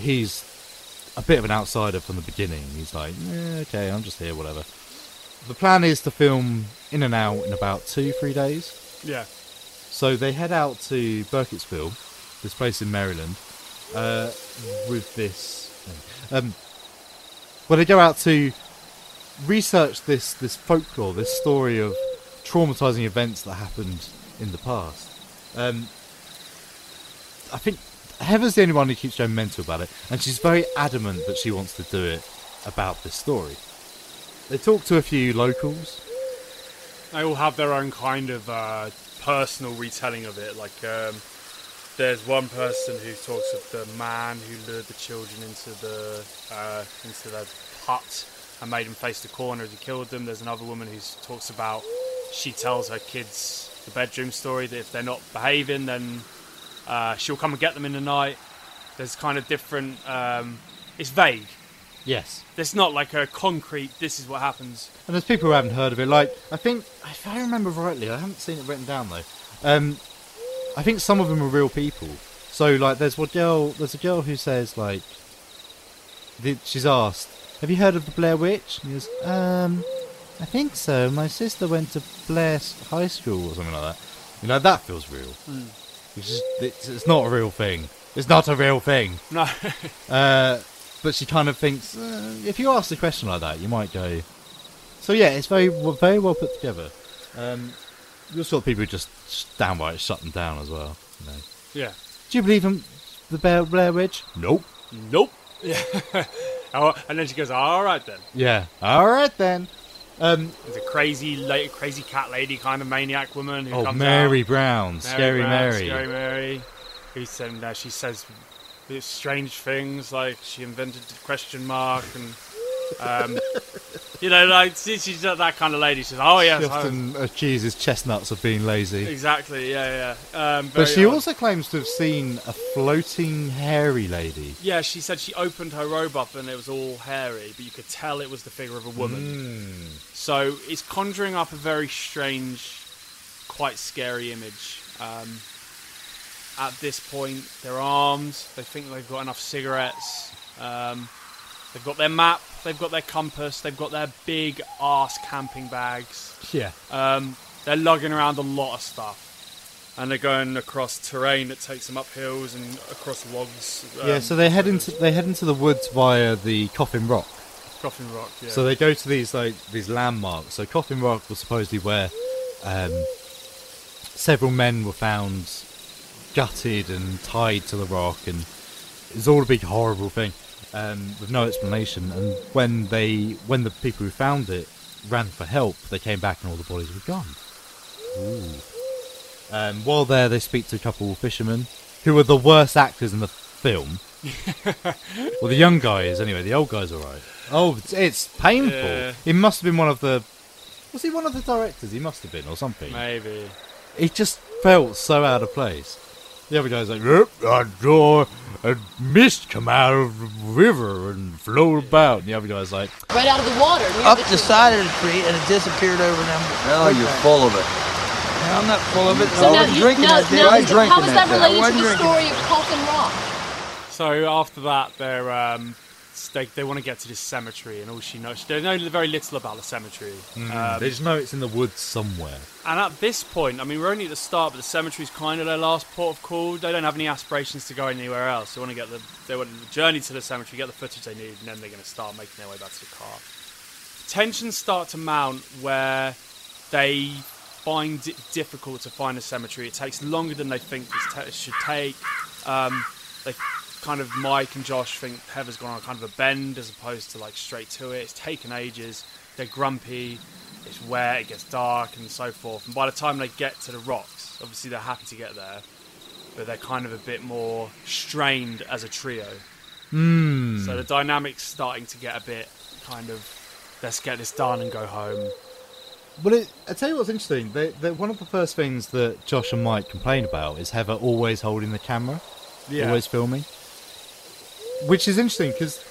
[SPEAKER 4] he's a bit of an outsider from the beginning. He's like, "Eh, okay, I'm just here, whatever. The plan is to film in and out in about two, three days.
[SPEAKER 3] Yeah.
[SPEAKER 4] So they head out to Burkittsville, this place in Maryland, uh, with this. Thing. Um, well, they go out to research this this folklore, this story of traumatizing events that happened in the past. Um, I think Heather's the only one who keeps going mental about it, and she's very adamant that she wants to do it about this story. They talk to a few locals.
[SPEAKER 3] They all have their own kind of uh, personal retelling of it. Like, um, there's one person who talks of the man who lured the children into the uh, into the hut and made them face the corner as he killed them. There's another woman who talks about she tells her kids the bedroom story that if they're not behaving, then uh, she'll come and get them in the night. There's kind of different. Um, it's vague.
[SPEAKER 4] Yes.
[SPEAKER 3] There's not like a concrete. This is what happens.
[SPEAKER 4] And there's people who haven't heard of it. Like, I think, if I remember rightly, I haven't seen it written down though. Um, I think some of them are real people. So, like, there's one girl. There's a girl who says like, the, she's asked, "Have you heard of the Blair Witch?" And he goes, "Um, I think so. My sister went to Blair High School or something like that." You know, that feels real.
[SPEAKER 3] Mm.
[SPEAKER 4] It's, just, it's, it's not a real thing. It's not a real thing.
[SPEAKER 3] No.
[SPEAKER 4] Uh, but she kind of thinks uh, if you ask the question like that, you might go. So yeah, it's very w- very well put together. Um, you're sort of people who just sh- downright shut them down as well. You know.
[SPEAKER 3] Yeah.
[SPEAKER 4] Do you believe in the Bear Blair Witch? Nope.
[SPEAKER 3] Nope. Yeah. Oh, and then she goes, "All right then."
[SPEAKER 4] Yeah. All right then. Um,
[SPEAKER 3] There's a crazy, la- crazy cat lady kind of maniac woman who
[SPEAKER 4] oh,
[SPEAKER 3] comes
[SPEAKER 4] Mary
[SPEAKER 3] out.
[SPEAKER 4] Brown, Scary
[SPEAKER 3] Brown,
[SPEAKER 4] Mary.
[SPEAKER 3] Scary Mary. Who's and uh, she says these strange things like she invented the question mark and. Um, you know, like she- she's not that kind of lady. She's oh yes,
[SPEAKER 4] she
[SPEAKER 3] I-
[SPEAKER 4] often accuses chestnuts of being lazy.
[SPEAKER 3] exactly, yeah, yeah. Um,
[SPEAKER 4] But
[SPEAKER 3] very
[SPEAKER 4] she
[SPEAKER 3] odd.
[SPEAKER 4] also claims to have seen a floating hairy lady.
[SPEAKER 3] Yeah, she said she opened her robe up and it was all hairy, but you could tell it was the figure of a woman. So it's conjuring up a very strange, quite scary image. Um, at this point, they're armed. They think they've got enough cigarettes. Um, they've got their map. They've got their compass. They've got their big ass camping bags.
[SPEAKER 4] Yeah.
[SPEAKER 3] Um, they're lugging around a lot of stuff, and they're going across terrain that takes them up hills and across logs. Um,
[SPEAKER 4] yeah, so they head into they head into the woods via the Coffin Rock.
[SPEAKER 3] Coffin Rock. Yeah.
[SPEAKER 4] So they go to these like these landmarks. So Coffin Rock was supposedly where um, several men were found gutted and tied to the rock, and it was all a big horrible thing um, with no explanation. And when they when the people who found it ran for help, they came back and all the bodies were gone. Ooh. Um, while there, they speak to a couple of fishermen who are the worst actors in the film. well, the young guy is anyway. The old guy's all right. Oh, it's, it's painful.
[SPEAKER 3] Yeah.
[SPEAKER 4] He must have been one of the. Was he one of the directors? He must have been, or something.
[SPEAKER 3] Maybe.
[SPEAKER 4] It just felt so out of place. The other guy's like, "Yep, I saw a mist come out of the river and float about." And the other guy's like,
[SPEAKER 8] Right out of the water. near
[SPEAKER 23] Up the side of the tree and it disappeared over them.
[SPEAKER 4] "Oh, you're full of it."
[SPEAKER 23] Now, I'm not full of it.
[SPEAKER 8] So
[SPEAKER 23] I
[SPEAKER 8] now,
[SPEAKER 23] was
[SPEAKER 8] you,
[SPEAKER 23] drinking
[SPEAKER 8] now,
[SPEAKER 23] that day.
[SPEAKER 8] now
[SPEAKER 23] I
[SPEAKER 8] is-
[SPEAKER 23] drank
[SPEAKER 8] how
[SPEAKER 23] in
[SPEAKER 8] is
[SPEAKER 23] that
[SPEAKER 8] that
[SPEAKER 23] day. I
[SPEAKER 8] related to
[SPEAKER 23] wasn't
[SPEAKER 8] the
[SPEAKER 23] drinking.
[SPEAKER 8] story of Coffin Rock?
[SPEAKER 3] So after that, they're um, they, they want to get to this cemetery, and all she knows, they know very little about the cemetery.
[SPEAKER 4] Mm-hmm.
[SPEAKER 3] Um,
[SPEAKER 4] "Uh, they just know it's in the woods somewhere.
[SPEAKER 3] and at this point, I mean, we're only at the start, but the cemetery's kind of their last port of call. They don't have any aspirations to go anywhere else. They want to get the they want the journey to the cemetery, get the footage they need, and then they're going to start making their way back to the car. Tensions start to mount where they find it difficult to find a cemetery. It takes longer than they think this ta- it should take. Um, they kind of Mike and Josh think Heather's gone on kind of a bend as opposed to like straight to it. It's taken ages. They're grumpy. It's wet. It gets dark and so forth. And by the time they get to the rocks, obviously they're happy to get there, but they're kind of a bit more strained as a trio.
[SPEAKER 4] Hmm.
[SPEAKER 3] So the dynamic's starting to get a bit kind of let's get this done and go home.
[SPEAKER 4] Well, it, I tell you what's interesting. They, they, one of the first things that Josh and Mike complain about is Heather always holding the camera,
[SPEAKER 3] Yeah.
[SPEAKER 4] always filming, which is interesting because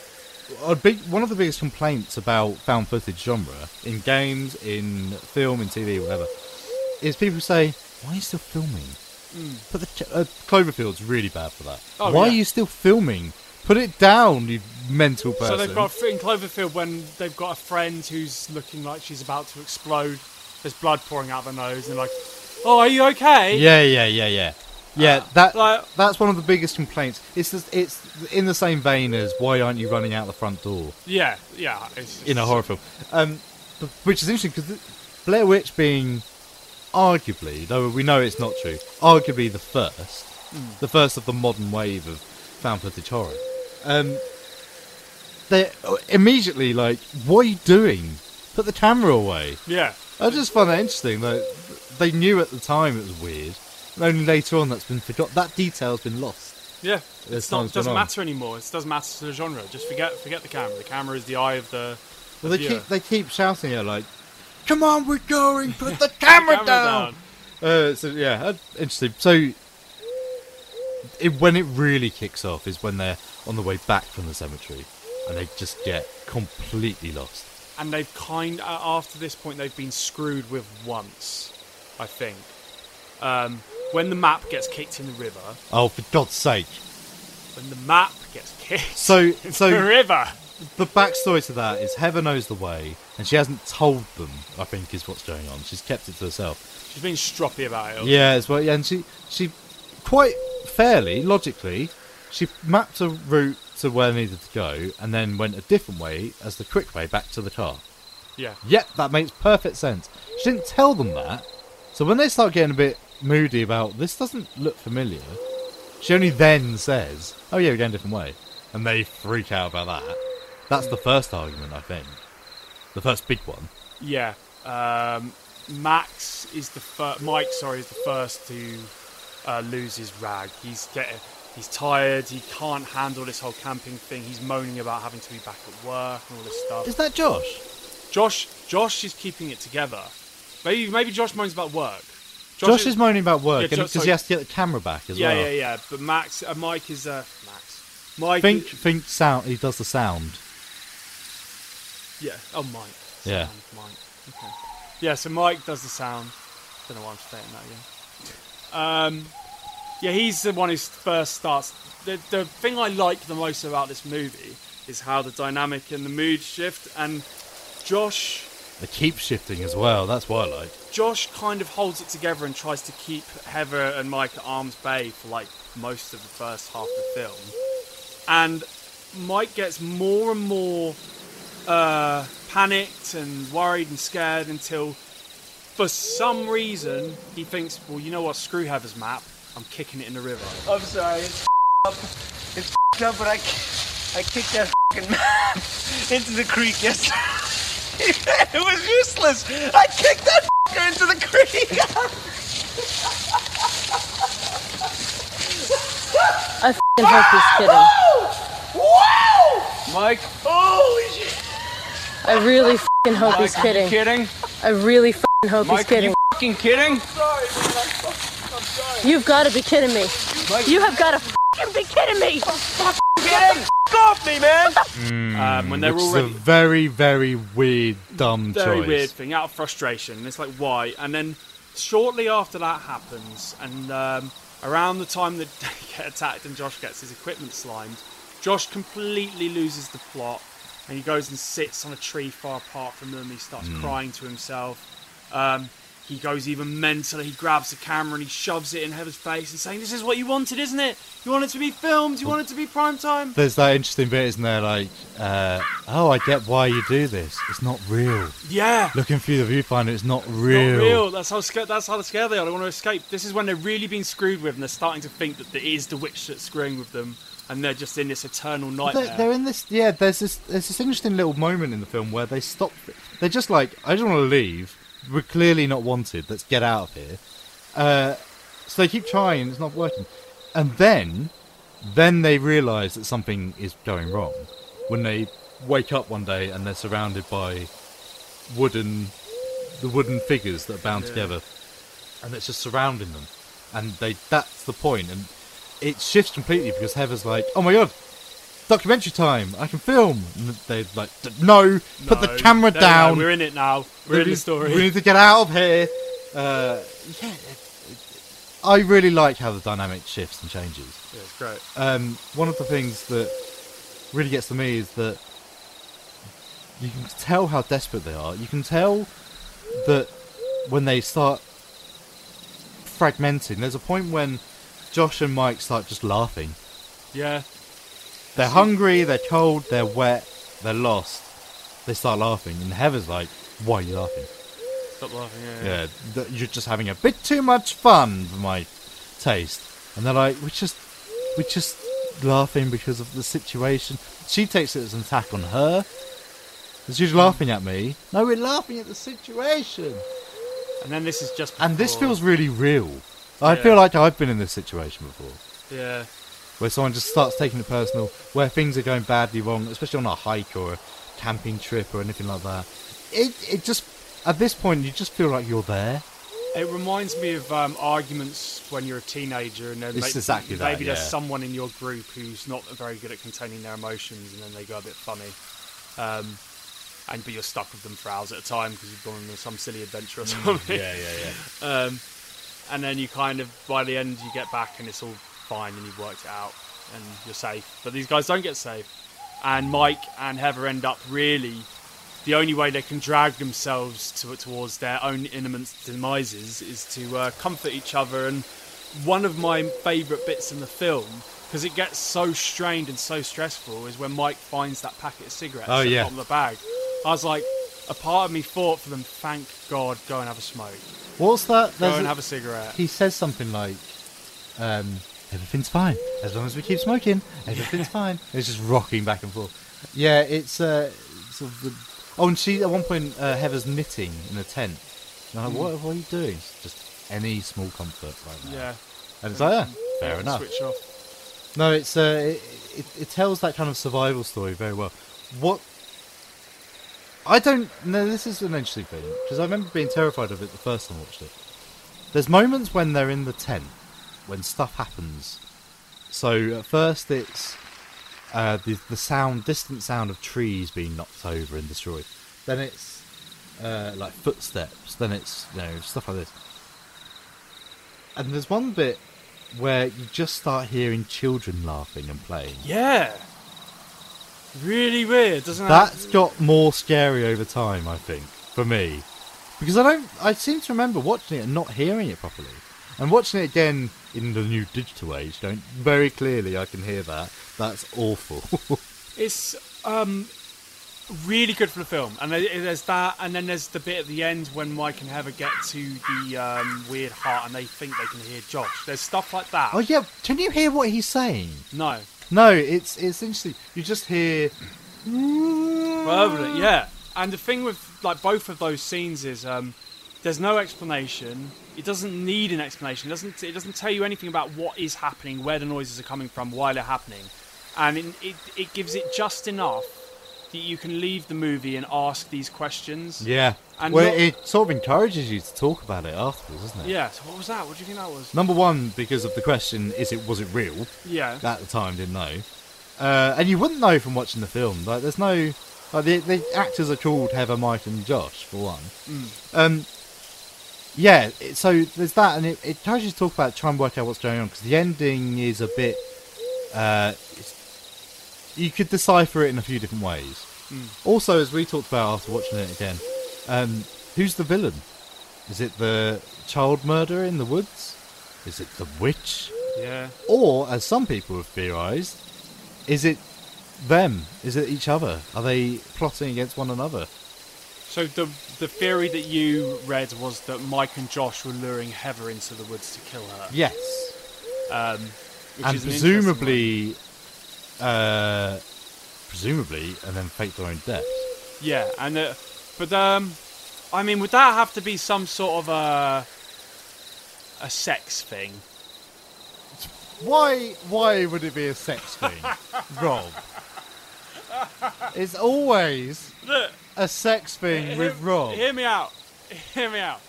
[SPEAKER 4] big one of the biggest complaints about found footage genre in games, in film, in TV, whatever, is people say, "Why are you still filming? But the ch- uh, Cloverfield's really bad for that.
[SPEAKER 3] Hmm. Oh,
[SPEAKER 4] Why
[SPEAKER 3] yeah.
[SPEAKER 4] are you still filming? Put it down, you mental
[SPEAKER 3] So
[SPEAKER 4] person.
[SPEAKER 3] they've got in Cloverfield when they've got a friend who's looking like she's about to explode. There's blood pouring out of her nose, and like, oh, are you okay?
[SPEAKER 4] Yeah, yeah, yeah, yeah. Yeah, that
[SPEAKER 3] Ah, like-
[SPEAKER 4] that's one of the biggest complaints. It's just, it's in the same vein as why aren't you running out the front door
[SPEAKER 3] yeah, yeah. It's,
[SPEAKER 4] in a horror film? Um, but- which is interesting because Blair Witch being arguably, though we know it's not true, arguably the first,
[SPEAKER 27] Mm.
[SPEAKER 4] the first of the modern wave of found footage horror. Um, they uh, immediately like, what are you doing? Put the camera away.
[SPEAKER 3] Yeah.
[SPEAKER 4] I just find that interesting. Like, they knew at the time it was weird, and only later on that's been forgot. That detail's been lost.
[SPEAKER 3] Yeah,
[SPEAKER 4] As
[SPEAKER 3] it's not,
[SPEAKER 4] time's
[SPEAKER 3] it doesn't
[SPEAKER 4] gone on.
[SPEAKER 3] matter anymore. It doesn't matter to the genre. Just forget forget the camera. The camera is the eye of the.
[SPEAKER 4] Well,
[SPEAKER 3] the
[SPEAKER 4] they
[SPEAKER 3] viewer.
[SPEAKER 4] keep they keep shouting at her, like, "Come on, we're going! Put the
[SPEAKER 3] camera
[SPEAKER 4] camera down!" Uh, so yeah, uh, interesting. So it, when it really kicks off is when they're on the way back from the cemetery, and they just get completely lost.
[SPEAKER 3] And they've kind uh, after this point they've been screwed with once, I think. Um, when the map gets kicked in the river,
[SPEAKER 4] Oh, for God's sake!
[SPEAKER 3] when the map gets kicked
[SPEAKER 4] So
[SPEAKER 3] in
[SPEAKER 4] so
[SPEAKER 3] the river.
[SPEAKER 4] The backstory to that is Heather knows the way, and she hasn't told them. I think is what's going on. She's kept it to herself.
[SPEAKER 3] She's been stroppy about it.
[SPEAKER 4] Yeah, as well. Yeah, and she she quite fairly logically she mapped a route to where they needed to go, and then went a different way as the quick way back to the car.
[SPEAKER 3] Yeah.
[SPEAKER 4] Yep, that makes perfect sense. She didn't tell them that, so when they start getting a bit moody about this doesn't look familiar, she only then says, "Oh yeah, we're going a different way," and they freak out about that. That's the first argument, I think. The first big one.
[SPEAKER 3] Yeah. Um, Max is the fir- Mike. Sorry, is the first to uh, lose his rag. He's getting. He's tired. He can't handle this whole camping thing. He's moaning about having to be back at work and all this stuff.
[SPEAKER 4] Is that Josh?
[SPEAKER 3] Josh. Josh is keeping it together. Maybe maybe Josh moans about work.
[SPEAKER 4] Josh, is, moaning about work
[SPEAKER 3] Yeah,
[SPEAKER 4] because
[SPEAKER 3] Jo-
[SPEAKER 4] he has to get the camera back as
[SPEAKER 3] yeah,
[SPEAKER 4] well.
[SPEAKER 3] yeah, yeah. But Max, uh, Mike is uh, Max. Mike.
[SPEAKER 4] think
[SPEAKER 3] is-
[SPEAKER 4] think sound. He does the sound.
[SPEAKER 3] yeah. Oh, Mike.
[SPEAKER 4] Yeah.
[SPEAKER 3] Sound, Mike. Okay. Yeah. So Mike does the sound. Don't know why I'm stating that again. Um, yeah, he's the one who first starts. The, the thing I like the most about this movie is how the dynamic and the mood shift, and Josh
[SPEAKER 4] They keep shifting as well. That's what I like.
[SPEAKER 3] Josh kind of holds it together and tries to keep Heather and Mike at arm's bay for like most of the first half of the film. And Mike gets more and more uh, panicked and worried and scared until, for some reason, he thinks, well, you know what, screw Heather's map. I'm kicking it in the river.
[SPEAKER 1] I'm sorry. It's up. It's up, but I, I kicked that map into the creek yesterday. it was useless. I kicked that into the creek.
[SPEAKER 8] I fing hope he's kidding.
[SPEAKER 1] Wow! Mike. Holy shit.
[SPEAKER 8] I really fing hope
[SPEAKER 1] Mike,
[SPEAKER 8] he's
[SPEAKER 1] are you
[SPEAKER 8] kidding.
[SPEAKER 1] kidding?
[SPEAKER 8] I really fing hope
[SPEAKER 1] Mike,
[SPEAKER 8] he's
[SPEAKER 1] are you
[SPEAKER 8] kidding.
[SPEAKER 1] fucking kidding?
[SPEAKER 8] You've got to be kidding me. You have got to fing be kidding me.
[SPEAKER 1] Get the f- off me, man!
[SPEAKER 3] Um, when they're
[SPEAKER 4] Which
[SPEAKER 3] already.
[SPEAKER 4] is a very very weird dumb
[SPEAKER 3] very
[SPEAKER 4] choice.
[SPEAKER 3] weird thing out of frustration. And it's like, why? And then shortly after that happens, and um, around the time that they get attacked and Josh gets his equipment slimed, Josh completely loses the plot and he goes and sits on a tree far apart from them. He starts
[SPEAKER 28] Mm.
[SPEAKER 3] crying to himself. Um, he goes even mentally. He grabs the camera and he shoves it in Heather's face and saying, "This is what you wanted, isn't it? You wanted to be filmed. You wanted to be prime time."
[SPEAKER 4] There's that interesting bit, isn't there? Like, uh, oh, I get why you do this. It's not real.
[SPEAKER 3] Yeah.
[SPEAKER 4] Looking through the viewfinder, it's not real.
[SPEAKER 3] Not real. That's how scared. That's how scared they are. They want to escape. This is when they're really being screwed with, and they're starting to think that it is the witch that's screwing with them, and they're just in this eternal nightmare.
[SPEAKER 4] They're, they're in this. Yeah, there's this. There's this interesting little moment in the film where they stop. They're just like, I just want to leave. We're clearly not wanted. Let's get out of here. Uh, so they keep trying. It's not working. And then, then they realise that something is going wrong. When they wake up one day and they're surrounded by wooden, the wooden figures that are bound
[SPEAKER 27] Yeah.
[SPEAKER 4] together, and it's just surrounding them. And they that's the point. And it shifts completely because Heather's like, "Oh my god, documentary time! I can film." And they're like, "D- "No, put the
[SPEAKER 3] No,
[SPEAKER 4] camera
[SPEAKER 3] no, no,
[SPEAKER 4] down.
[SPEAKER 3] we're in it now. We're in
[SPEAKER 4] We-
[SPEAKER 3] the story.
[SPEAKER 4] We need to get out of here." Uh, yeah, it- it- I really like how the dynamic shifts and changes.
[SPEAKER 3] Yeah, it's great.
[SPEAKER 4] Um, one of the things that really gets to me is that you can tell how desperate they are. You can tell that when they start fragmenting, there's a point when Josh and Mike start just laughing.
[SPEAKER 3] Yeah.
[SPEAKER 4] They're hungry, they're cold, they're wet, they're lost. They start laughing, and Heather's like, Why are you laughing?
[SPEAKER 3] Stop laughing. Yeah. yeah.
[SPEAKER 4] Yeah, th- you're just having a bit too much fun for my taste. And they're like, We're just, we're just laughing because of the situation. She takes it as an attack on her. She's laughing at me. No, we're laughing at the situation.
[SPEAKER 3] And then this is just.
[SPEAKER 4] And this
[SPEAKER 3] before-
[SPEAKER 4] feels really real. I
[SPEAKER 3] Yeah.
[SPEAKER 4] feel like I've been in this situation before,
[SPEAKER 3] Yeah.
[SPEAKER 4] where someone just starts taking it personal, where things are going badly wrong, especially on a hike or a camping trip or anything like that. It it just at this point you just feel like you're there.
[SPEAKER 3] It reminds me of um, arguments when you're a teenager, and then
[SPEAKER 4] It's
[SPEAKER 3] maybe,
[SPEAKER 4] exactly that,
[SPEAKER 3] maybe there's
[SPEAKER 4] yeah.
[SPEAKER 3] someone in your group who's not very good at containing their emotions, and then they go a bit funny, um, and but you're stuck with them for hours at a time because you've gone on some silly adventure or something.
[SPEAKER 4] Mm, yeah, yeah,
[SPEAKER 3] yeah. Um, and then you kind of by the end you get back and it's all fine and you've worked it out and you're safe. But these guys don't get safe, and Mike and Heather end up really the only way they can drag themselves to, towards their own intimate demises is to uh, comfort each other. And one of my favourite bits in the film, because it gets so strained and so stressful, is when Mike finds that packet of cigarettes
[SPEAKER 4] Oh,
[SPEAKER 3] at
[SPEAKER 4] yeah.
[SPEAKER 3] the bottom of the bag. I was like, a part of me thought for them, thank God, go and have a smoke.
[SPEAKER 4] What's that?
[SPEAKER 3] Go and have a cigarette.
[SPEAKER 4] He says something like, um, "Everything's fine as long as we keep smoking. Everything's fine." It's just rocking back and forth. Yeah, it's uh, sort of the. Oh, and she at one point uh, Heather's knitting in a tent. And I'm like,
[SPEAKER 3] Mm.
[SPEAKER 4] what, what are you doing? It's just any small comfort right now.
[SPEAKER 3] Yeah.
[SPEAKER 4] And it's like, yeah, fair
[SPEAKER 3] Yeah,
[SPEAKER 4] enough.
[SPEAKER 3] Switch off.
[SPEAKER 4] No, it's uh, it, it, it tells that kind of survival story very well. What I don't know, this is an interesting thing because I remember being terrified of it the first time I watched it. There's moments when they're in the tent when stuff happens. So at first it's uh, the the sound, distant sound of trees being knocked over and destroyed. Then it's uh, like footsteps. Then it's you know stuff like this. And there's one bit where you just start hearing children laughing and playing.
[SPEAKER 3] Yeah. Really weird, doesn't
[SPEAKER 4] That's
[SPEAKER 3] it?
[SPEAKER 4] got more scary over time, I think, for me, because I don't. I seem to remember watching it and not hearing it properly, and watching it again in the new digital age. Don't very clearly, I can hear that. That's awful.
[SPEAKER 3] It's um, really good for the film, and there- there's that, and then there's the bit at the end when Mike and Heather get to the um, weird heart, and they think they can hear Josh. There's stuff like that.
[SPEAKER 4] oh yeah, can you hear what he's saying?
[SPEAKER 3] No,
[SPEAKER 4] No, it's it's interesting. You just hear.
[SPEAKER 3] Probably, yeah. And the thing with like both of those scenes is um, there's no explanation. It doesn't need an explanation. It doesn't it doesn't tell you anything about what is happening, where the noises are coming from, why they're happening, and it it, it gives it just enough that you can leave the movie and ask these questions.
[SPEAKER 4] Yeah.
[SPEAKER 3] And
[SPEAKER 4] well,
[SPEAKER 3] not-
[SPEAKER 4] it sort of encourages you to talk about it afterwards, doesn't it?
[SPEAKER 3] Yeah. So what was that? What do you think that was?
[SPEAKER 4] Number one, because of the question, is it was it real?
[SPEAKER 3] Yeah.
[SPEAKER 4] At the time, didn't know, uh, and you wouldn't know from watching the film. Like, there's no like the, the actors are called Heather, Mike, and Josh for one.
[SPEAKER 3] Mm.
[SPEAKER 4] Um, yeah. It, so there's that, and it, it tries you to talk about try and work out what's going on because the ending is a bit. Uh, it's- you could decipher it in a few different ways.
[SPEAKER 3] Mm.
[SPEAKER 4] Also, as we talked about after watching it again, um, who's the villain? Is it the child murderer in the woods? Is it the witch?
[SPEAKER 3] Yeah.
[SPEAKER 4] Or, as some people have theorised, is it them? Is it each other? Are they plotting against one another?
[SPEAKER 3] So the the theory that you read was that Mike and Josh were luring Heather into the woods to kill her.
[SPEAKER 4] Yes.
[SPEAKER 3] Um, which
[SPEAKER 4] and
[SPEAKER 3] is an interesting one.
[SPEAKER 4] presumably, uh, presumably, and then fake their own death.
[SPEAKER 3] Yeah, and uh, but um, I mean, would that have to be some sort of a a sex thing?
[SPEAKER 4] Why? Why would it be a sex thing, Rob? It's always
[SPEAKER 3] Look,
[SPEAKER 4] a sex thing with Rob.
[SPEAKER 3] hear me out. Hear me out.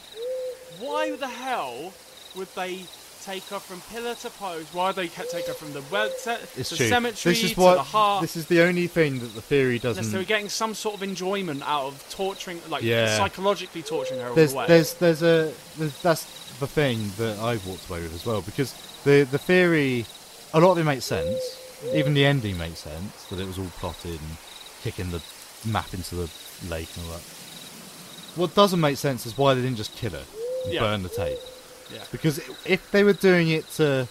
[SPEAKER 3] Why the hell would they take her from pillar to post? Why would they ca- take her from the well, se-
[SPEAKER 4] It's
[SPEAKER 3] the
[SPEAKER 4] true.
[SPEAKER 3] cemetery
[SPEAKER 4] this is
[SPEAKER 3] to
[SPEAKER 4] what.
[SPEAKER 3] the heart?
[SPEAKER 4] This is the only thing that the theory
[SPEAKER 3] Unless they were
[SPEAKER 4] doesn't.
[SPEAKER 3] getting some sort of enjoyment out of torturing, like
[SPEAKER 4] Yeah.
[SPEAKER 3] psychologically torturing her all
[SPEAKER 4] There's,
[SPEAKER 3] the way.
[SPEAKER 4] there's, there's a. There's, that's the thing that I've walked away with as well because the the theory, a lot of it makes sense. Even the ending makes sense that it was all plotted and kicking the map into the lake and all that. What doesn't make sense is why they didn't just kill her and
[SPEAKER 29] Yeah.
[SPEAKER 4] burn the tape.
[SPEAKER 29] Yeah.
[SPEAKER 4] Because if they were doing it to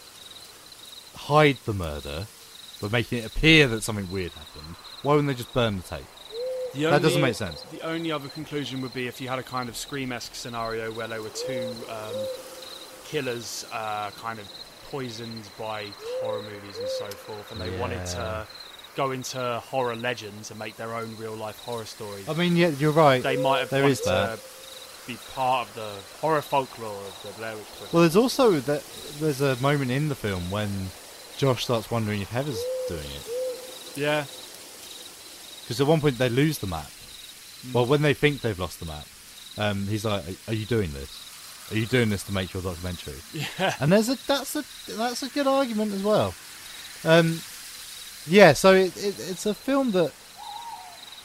[SPEAKER 4] hide the murder, but making it appear that something weird happened, why wouldn't they just burn the tape?
[SPEAKER 3] The
[SPEAKER 4] that
[SPEAKER 3] only-
[SPEAKER 4] doesn't make sense.
[SPEAKER 3] The only other conclusion would be if you had a kind of Scream-esque scenario where there were two um, killers uh, kind of poisoned by horror movies and so forth, and they wanted
[SPEAKER 4] Yeah.
[SPEAKER 3] to go into horror legends and make their own real-life horror stories.
[SPEAKER 4] I mean, yeah, you're right.
[SPEAKER 3] They might have
[SPEAKER 4] Oh, There
[SPEAKER 3] wanted
[SPEAKER 4] is that.
[SPEAKER 3] to be part of the horror folklore of the Blair Witch Project.
[SPEAKER 4] Well, there's also that there's a moment in the film when Josh starts wondering if Heather's doing it
[SPEAKER 3] yeah.
[SPEAKER 4] because at one point they lose the map. Well, when they think they've lost the map, um, he's like, "Are- "Are you doing this? Are you doing this to make your documentary?"
[SPEAKER 29] Yeah.
[SPEAKER 4] And there's a that's a that's a good argument as well. Um, yeah, so it, it, it's a film that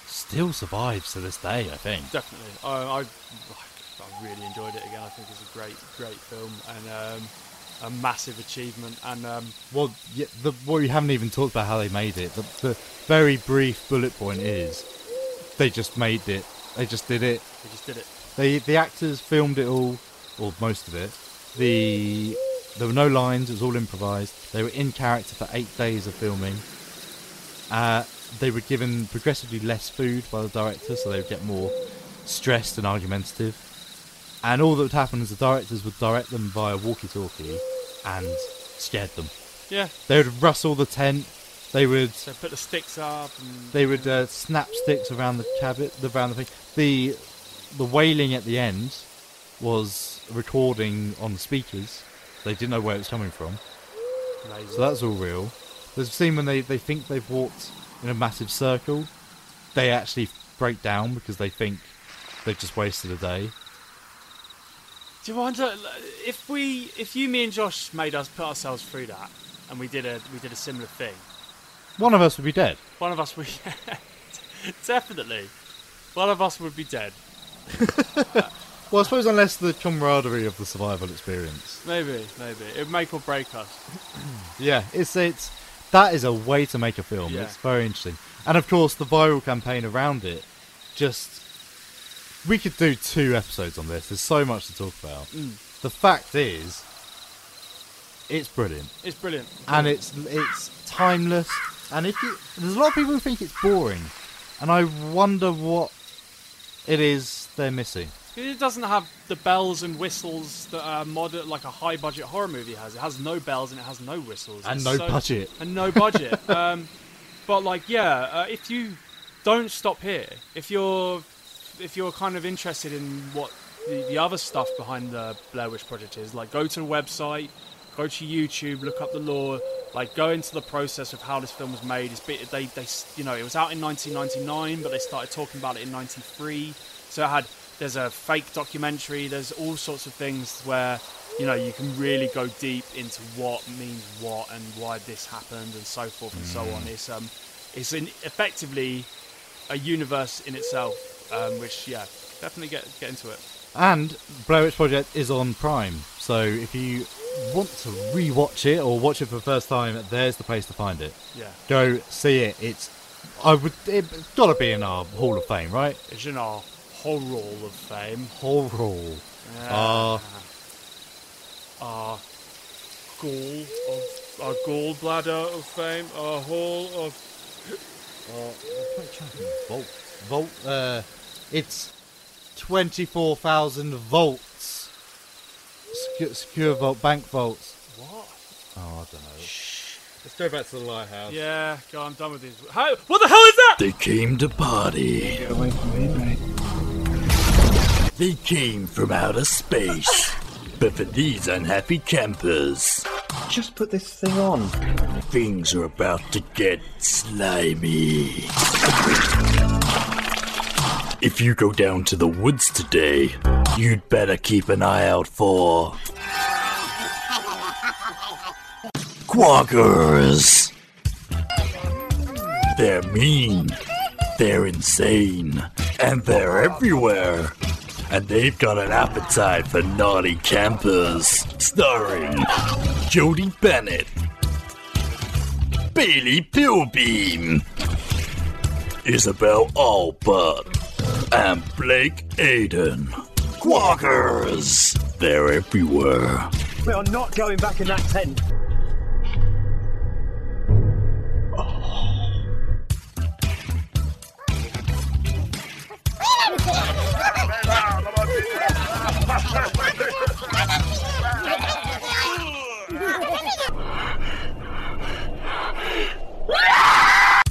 [SPEAKER 4] still survives to this day, I think.
[SPEAKER 3] Definitely, I, I, I really enjoyed it again. I think it's a great, great film and um, a massive achievement. And um,
[SPEAKER 4] Well, yeah, the, well, we haven't even talked about how they made it. The, the very brief bullet point is they just made it. They just did it.
[SPEAKER 3] They just did it.
[SPEAKER 4] They the actors filmed it all, or most of it. The there were no lines. It was all improvised. They were in character for eight days of filming. Uh, they were given progressively less food by the director, so they would get more stressed and argumentative. And all that would happen is the directors would direct them via walkie-talkie and scared them.
[SPEAKER 3] Yeah.
[SPEAKER 4] They would rustle the tent. They would
[SPEAKER 3] so put the sticks up. And,
[SPEAKER 4] they would uh, snap sticks around the cabin, the- around the thing. The the wailing at the end was a recording on speakers. They didn't know where it was coming from.
[SPEAKER 3] Amazing.
[SPEAKER 4] So that's all real. There's a scene when they, they think they've walked in a massive circle. They actually break down because they think they've just wasted a day.
[SPEAKER 3] Do you wonder like, if we, if you, me, and Josh made us put ourselves through that, and we did a, we did a similar thing.
[SPEAKER 4] One of us would be dead.
[SPEAKER 3] One of us would, definitely, one of us would be dead.
[SPEAKER 4] Well, I suppose unless the camaraderie of the survival experience
[SPEAKER 3] Maybe, maybe it would make or break us.
[SPEAKER 4] Yeah, it's it's that is a way to make a film.
[SPEAKER 3] Yeah.
[SPEAKER 4] It's very interesting, and of course the viral campaign around it. Just we could do two episodes on this. There's so much to talk about.
[SPEAKER 3] Mm.
[SPEAKER 4] The fact is, it's brilliant,
[SPEAKER 3] It's brilliant,
[SPEAKER 4] and it's it's timeless. And if you, there's a lot of people who think it's boring, and I wonder what it is they're missing.
[SPEAKER 3] It doesn't have the bells and whistles that a modern, like a high-budget horror movie has. It has no bells and it has no whistles
[SPEAKER 4] And
[SPEAKER 3] It's
[SPEAKER 4] no budget.
[SPEAKER 3] And no budget. um, but like, yeah, uh, if you don't stop here, if you're if you're kind of interested in what the, the other stuff behind the Blair Witch Project is, like, go to the website, go to YouTube, look up the lore, like, go into the process of how this film was made. It's bit they they s- you know it was out in 1999, but they started talking about it in '93. So it had there's a fake documentary. There's all sorts of things where you know you can really go deep into what means what and why this happened and so forth and so on. It's um it's in, effectively a universe in itself, um, which yeah definitely get get into it.
[SPEAKER 4] And Blair Witch Project is on Prime, so if you want to rewatch it or watch it for the first time, there's the place to find it.
[SPEAKER 3] Yeah.
[SPEAKER 4] Go see it. It's I would it's gotta be in our Hall of Fame, right?
[SPEAKER 3] It's in our horror Hall of fame.
[SPEAKER 4] Horror.
[SPEAKER 3] Yeah.
[SPEAKER 4] Ah,
[SPEAKER 3] our gall of our gallbladder of fame, our hall of
[SPEAKER 4] volt volt uh it's twenty four thousand volts. Secure, secure vault bank volts.
[SPEAKER 3] what?
[SPEAKER 4] Oh I don't know. Let's go back to the lighthouse.
[SPEAKER 3] Yeah, God, I'm done with these. How? What the hell is that?
[SPEAKER 11] They came to party. Get away from midnight. They came from outer space, but for these unhappy campers. Just put this thing on. Things are about to get slimy. If you go down to the woods today, you'd better keep an eye out for. Quackers! They're mean, they're insane, and they're everywhere. and they've got an appetite for naughty campers. Starring Jodie Bennett, Bailey Pillbeam, Isabel Allbutt, and Blake Aiden. Quackers! They're everywhere.
[SPEAKER 10] We are not going back in that tent.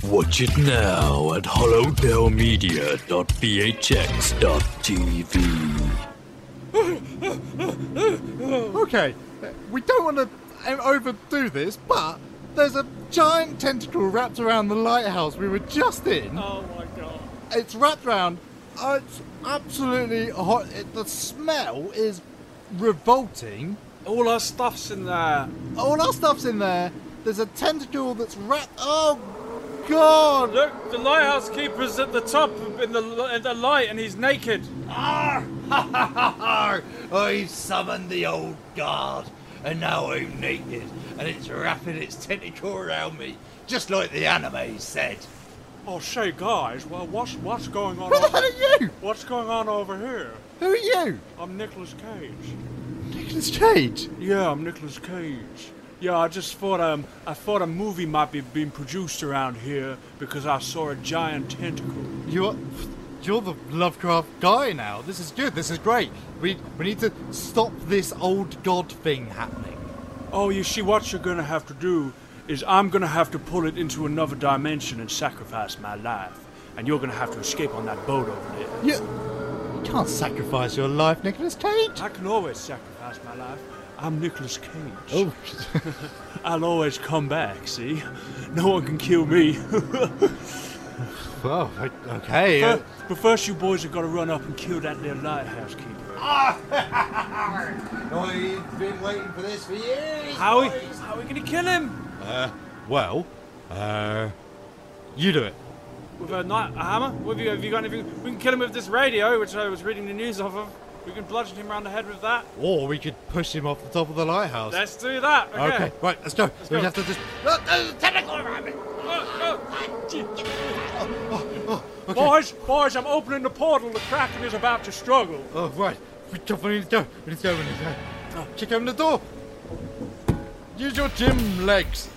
[SPEAKER 11] Watch it now at hollowdellmedia.vhx.tv.
[SPEAKER 4] okay, uh, we don't want to overdo this, but there's a giant tentacle wrapped around the lighthouse we were just in.
[SPEAKER 3] Oh my god.
[SPEAKER 4] It's wrapped around. Uh, it's absolutely hot. It, the smell is revolting.
[SPEAKER 3] All our stuff's in there.
[SPEAKER 4] All our stuff's in there. There's a tentacle that's wrapped. Oh, God!
[SPEAKER 3] Look, the lighthouse keeper's at the top in the, in the light and he's naked.
[SPEAKER 12] Arr! Ha ha ha ha! I've summoned the old guard, and now I'm naked, and it's wrapping its tentacle around me, just like the anime said.
[SPEAKER 3] Oh, say, guys, well, what's, what's going on?
[SPEAKER 12] Who the
[SPEAKER 3] over-
[SPEAKER 12] hell are
[SPEAKER 4] you?
[SPEAKER 3] What's going on over here?
[SPEAKER 4] Who are you?
[SPEAKER 3] I'm Nicolas Cage.
[SPEAKER 4] Nicholas Cage.
[SPEAKER 3] Yeah, I'm Nicolas Cage. Yeah, I just thought um, I thought a movie might be being produced around here because I saw a giant tentacle.
[SPEAKER 4] You're, you're the Lovecraft guy now. This is good. This is great. We we need to stop this old god thing happening.
[SPEAKER 3] Oh, you see, what you're gonna have to do is I'm gonna have to pull it into another dimension and sacrifice my life, and you're gonna have to escape on that boat over there.
[SPEAKER 4] You can't sacrifice your life, Nicholas Cage.
[SPEAKER 3] I can always sacrifice my life. I'm Nicolas Cage.
[SPEAKER 4] Oh.
[SPEAKER 3] I'll always come back, see? No one can kill me.
[SPEAKER 4] Well, o- okay. uh,
[SPEAKER 3] Fir- but first, you boys have got to run up and kill that little lighthouse keeper.
[SPEAKER 12] I've been waiting for this for years.
[SPEAKER 3] How are, we, how are we gonna kill him?
[SPEAKER 4] uh, well, uh, you do it.
[SPEAKER 3] With a, knife, a hammer? What have you, have you got anything? We can kill him with this radio, which I was reading the news off of. We can bludgeon him around the head with that.
[SPEAKER 4] Or we could push him off the top of the lighthouse.
[SPEAKER 3] Let's do that. Okay.
[SPEAKER 4] okay. right, let's go. we
[SPEAKER 3] go.
[SPEAKER 4] have to just.
[SPEAKER 12] Look, there's a tentacle around me.
[SPEAKER 3] Oh, Boys, boys, I'm opening the portal. The Kraken is about to struggle.
[SPEAKER 4] Oh, right. We definitely need to go. We need to go. We need to go. Oh, Kick open the door. Use your gym legs.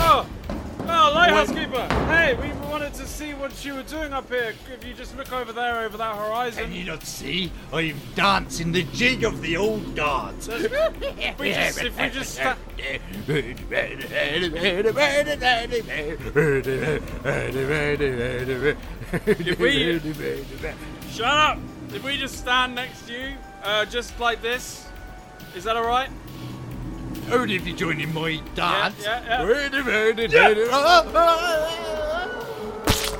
[SPEAKER 3] Oh, oh, lighthouse keeper. Hey, we wanted to see what you were doing up here. If you just look over there, over that horizon.
[SPEAKER 12] Can you not see? I'm dancing the jig of the old gods.
[SPEAKER 3] We just, if we just sta- shut up. If we just stand next to you, uh, just like this, is that all right?
[SPEAKER 4] Oh,
[SPEAKER 12] Only if you join in my dance.
[SPEAKER 3] yeah,
[SPEAKER 4] Ah,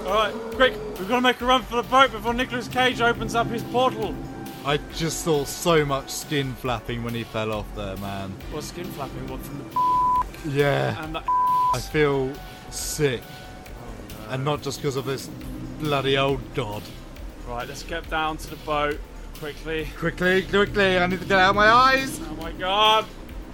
[SPEAKER 3] All right, quick. We've got to make a run for the boat before Nicolas Cage opens up his portal.
[SPEAKER 4] I just saw so much skin flapping when he fell off there, man.
[SPEAKER 3] Or skin flapping. What from the
[SPEAKER 4] Yeah.
[SPEAKER 3] and the
[SPEAKER 4] I feel sick. And not just because of this bloody old god.
[SPEAKER 3] Right, let's get down to the boat quickly.
[SPEAKER 4] Quickly, quickly, I need to get out of my eyes.
[SPEAKER 3] Oh my god!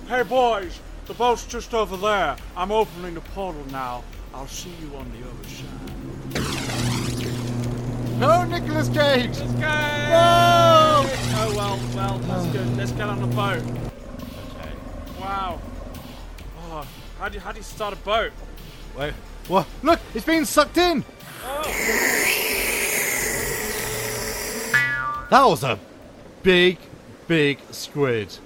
[SPEAKER 3] Hey boys, the boat's just over there. I'm opening the portal now. I'll see you on the other side.
[SPEAKER 4] No, Nicholas Cage!
[SPEAKER 3] Let's go! Oh well, well, that's good. Let's get on the boat. Okay. Wow. Oh, how do you, how do you start a boat?
[SPEAKER 4] Wait, what? Look, it's being sucked in! That was a big, big squid.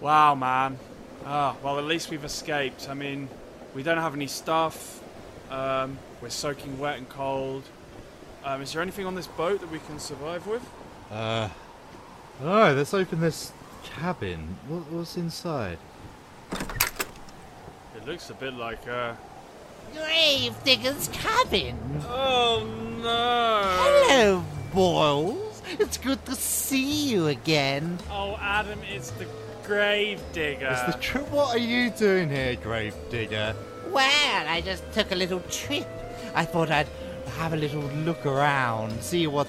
[SPEAKER 3] Wow, man. Ah, well, at least we've escaped. I mean, we don't have any stuff. Um, we're soaking wet and cold. Um, is there anything on this boat that we can survive with?
[SPEAKER 4] Uh, oh, let's open this cabin. What, what's inside?
[SPEAKER 3] It looks a bit like uh
[SPEAKER 12] Grave digger's cabin.
[SPEAKER 3] Oh no!
[SPEAKER 12] Hello,
[SPEAKER 13] Boils. It's good to see you again.
[SPEAKER 3] Oh, Adam, it's the grave digger.
[SPEAKER 13] Um,
[SPEAKER 4] It's the tr- what are you doing here, Gravedigger?
[SPEAKER 13] Well, I just took a little trip. I thought I'd have a little look around, see what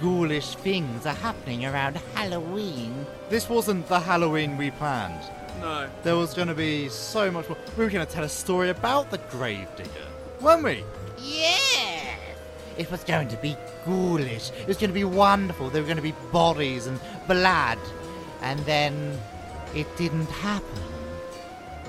[SPEAKER 13] ghoulish things are happening around Halloween.
[SPEAKER 4] This wasn't the Halloween we planned.
[SPEAKER 3] No.
[SPEAKER 4] There was going to be so much more. We were going to tell a story about the Gravedigger, weren't we?
[SPEAKER 13] Yeah! It was going to be ghoulish. It was going to be wonderful. There were going to be bodies and blood. And then it didn't happen.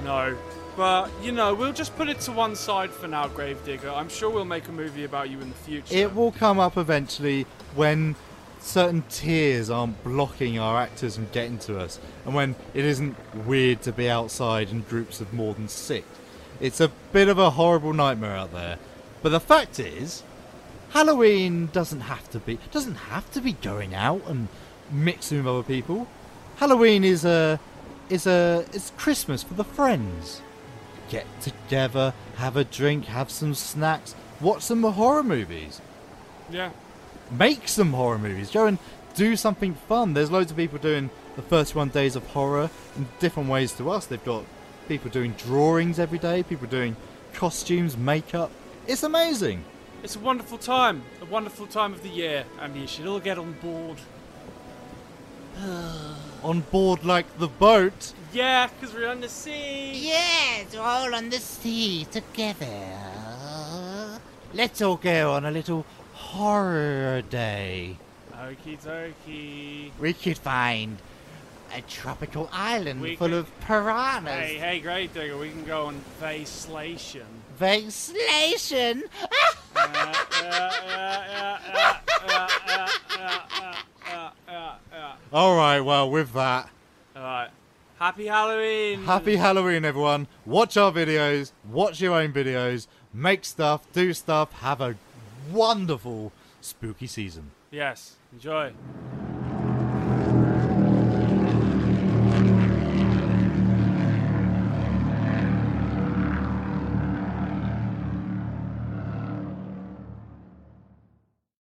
[SPEAKER 3] No. But, you know, we'll just put it to one side for now, Gravedigger. I'm sure we'll make a movie about you in the future.
[SPEAKER 4] It will come up eventually when certain tiers aren't blocking our actors from getting to us, and when it isn't weird to be outside in groups of more than six. It's a bit of a horrible nightmare out there. But the fact is, Halloween doesn't have to be doesn't have to be going out and mixing with other people. Halloween is a is a it's Christmas for the friends. Get together, have a drink, have some snacks, watch some horror movies
[SPEAKER 3] Yeah.
[SPEAKER 4] make some horror movies. Go and do something fun. There's loads of people doing the 31 days of horror in different ways to us. They've got people doing drawings every day, people doing costumes, makeup. It's amazing.
[SPEAKER 3] It's a wonderful time. A wonderful time of the year. And you should all get on board.
[SPEAKER 4] On board like the boat.
[SPEAKER 3] Yeah, because we're on the sea.
[SPEAKER 13] Yes, we're all on the sea together. Let's all go on a little horror day.
[SPEAKER 3] Okie dokie.
[SPEAKER 13] We could find a tropical island
[SPEAKER 3] We
[SPEAKER 13] full
[SPEAKER 3] could-
[SPEAKER 13] of piranhas.
[SPEAKER 3] Hey, hey, Grave Digger, we can go on vaselation.
[SPEAKER 13] Vacillation!
[SPEAKER 4] All right, well, with that,
[SPEAKER 3] Alright. Happy Halloween!
[SPEAKER 4] happy Halloween, everyone. Watch our videos, watch your own videos, make stuff, do stuff, have a wonderful spooky season.
[SPEAKER 3] Yes, enjoy.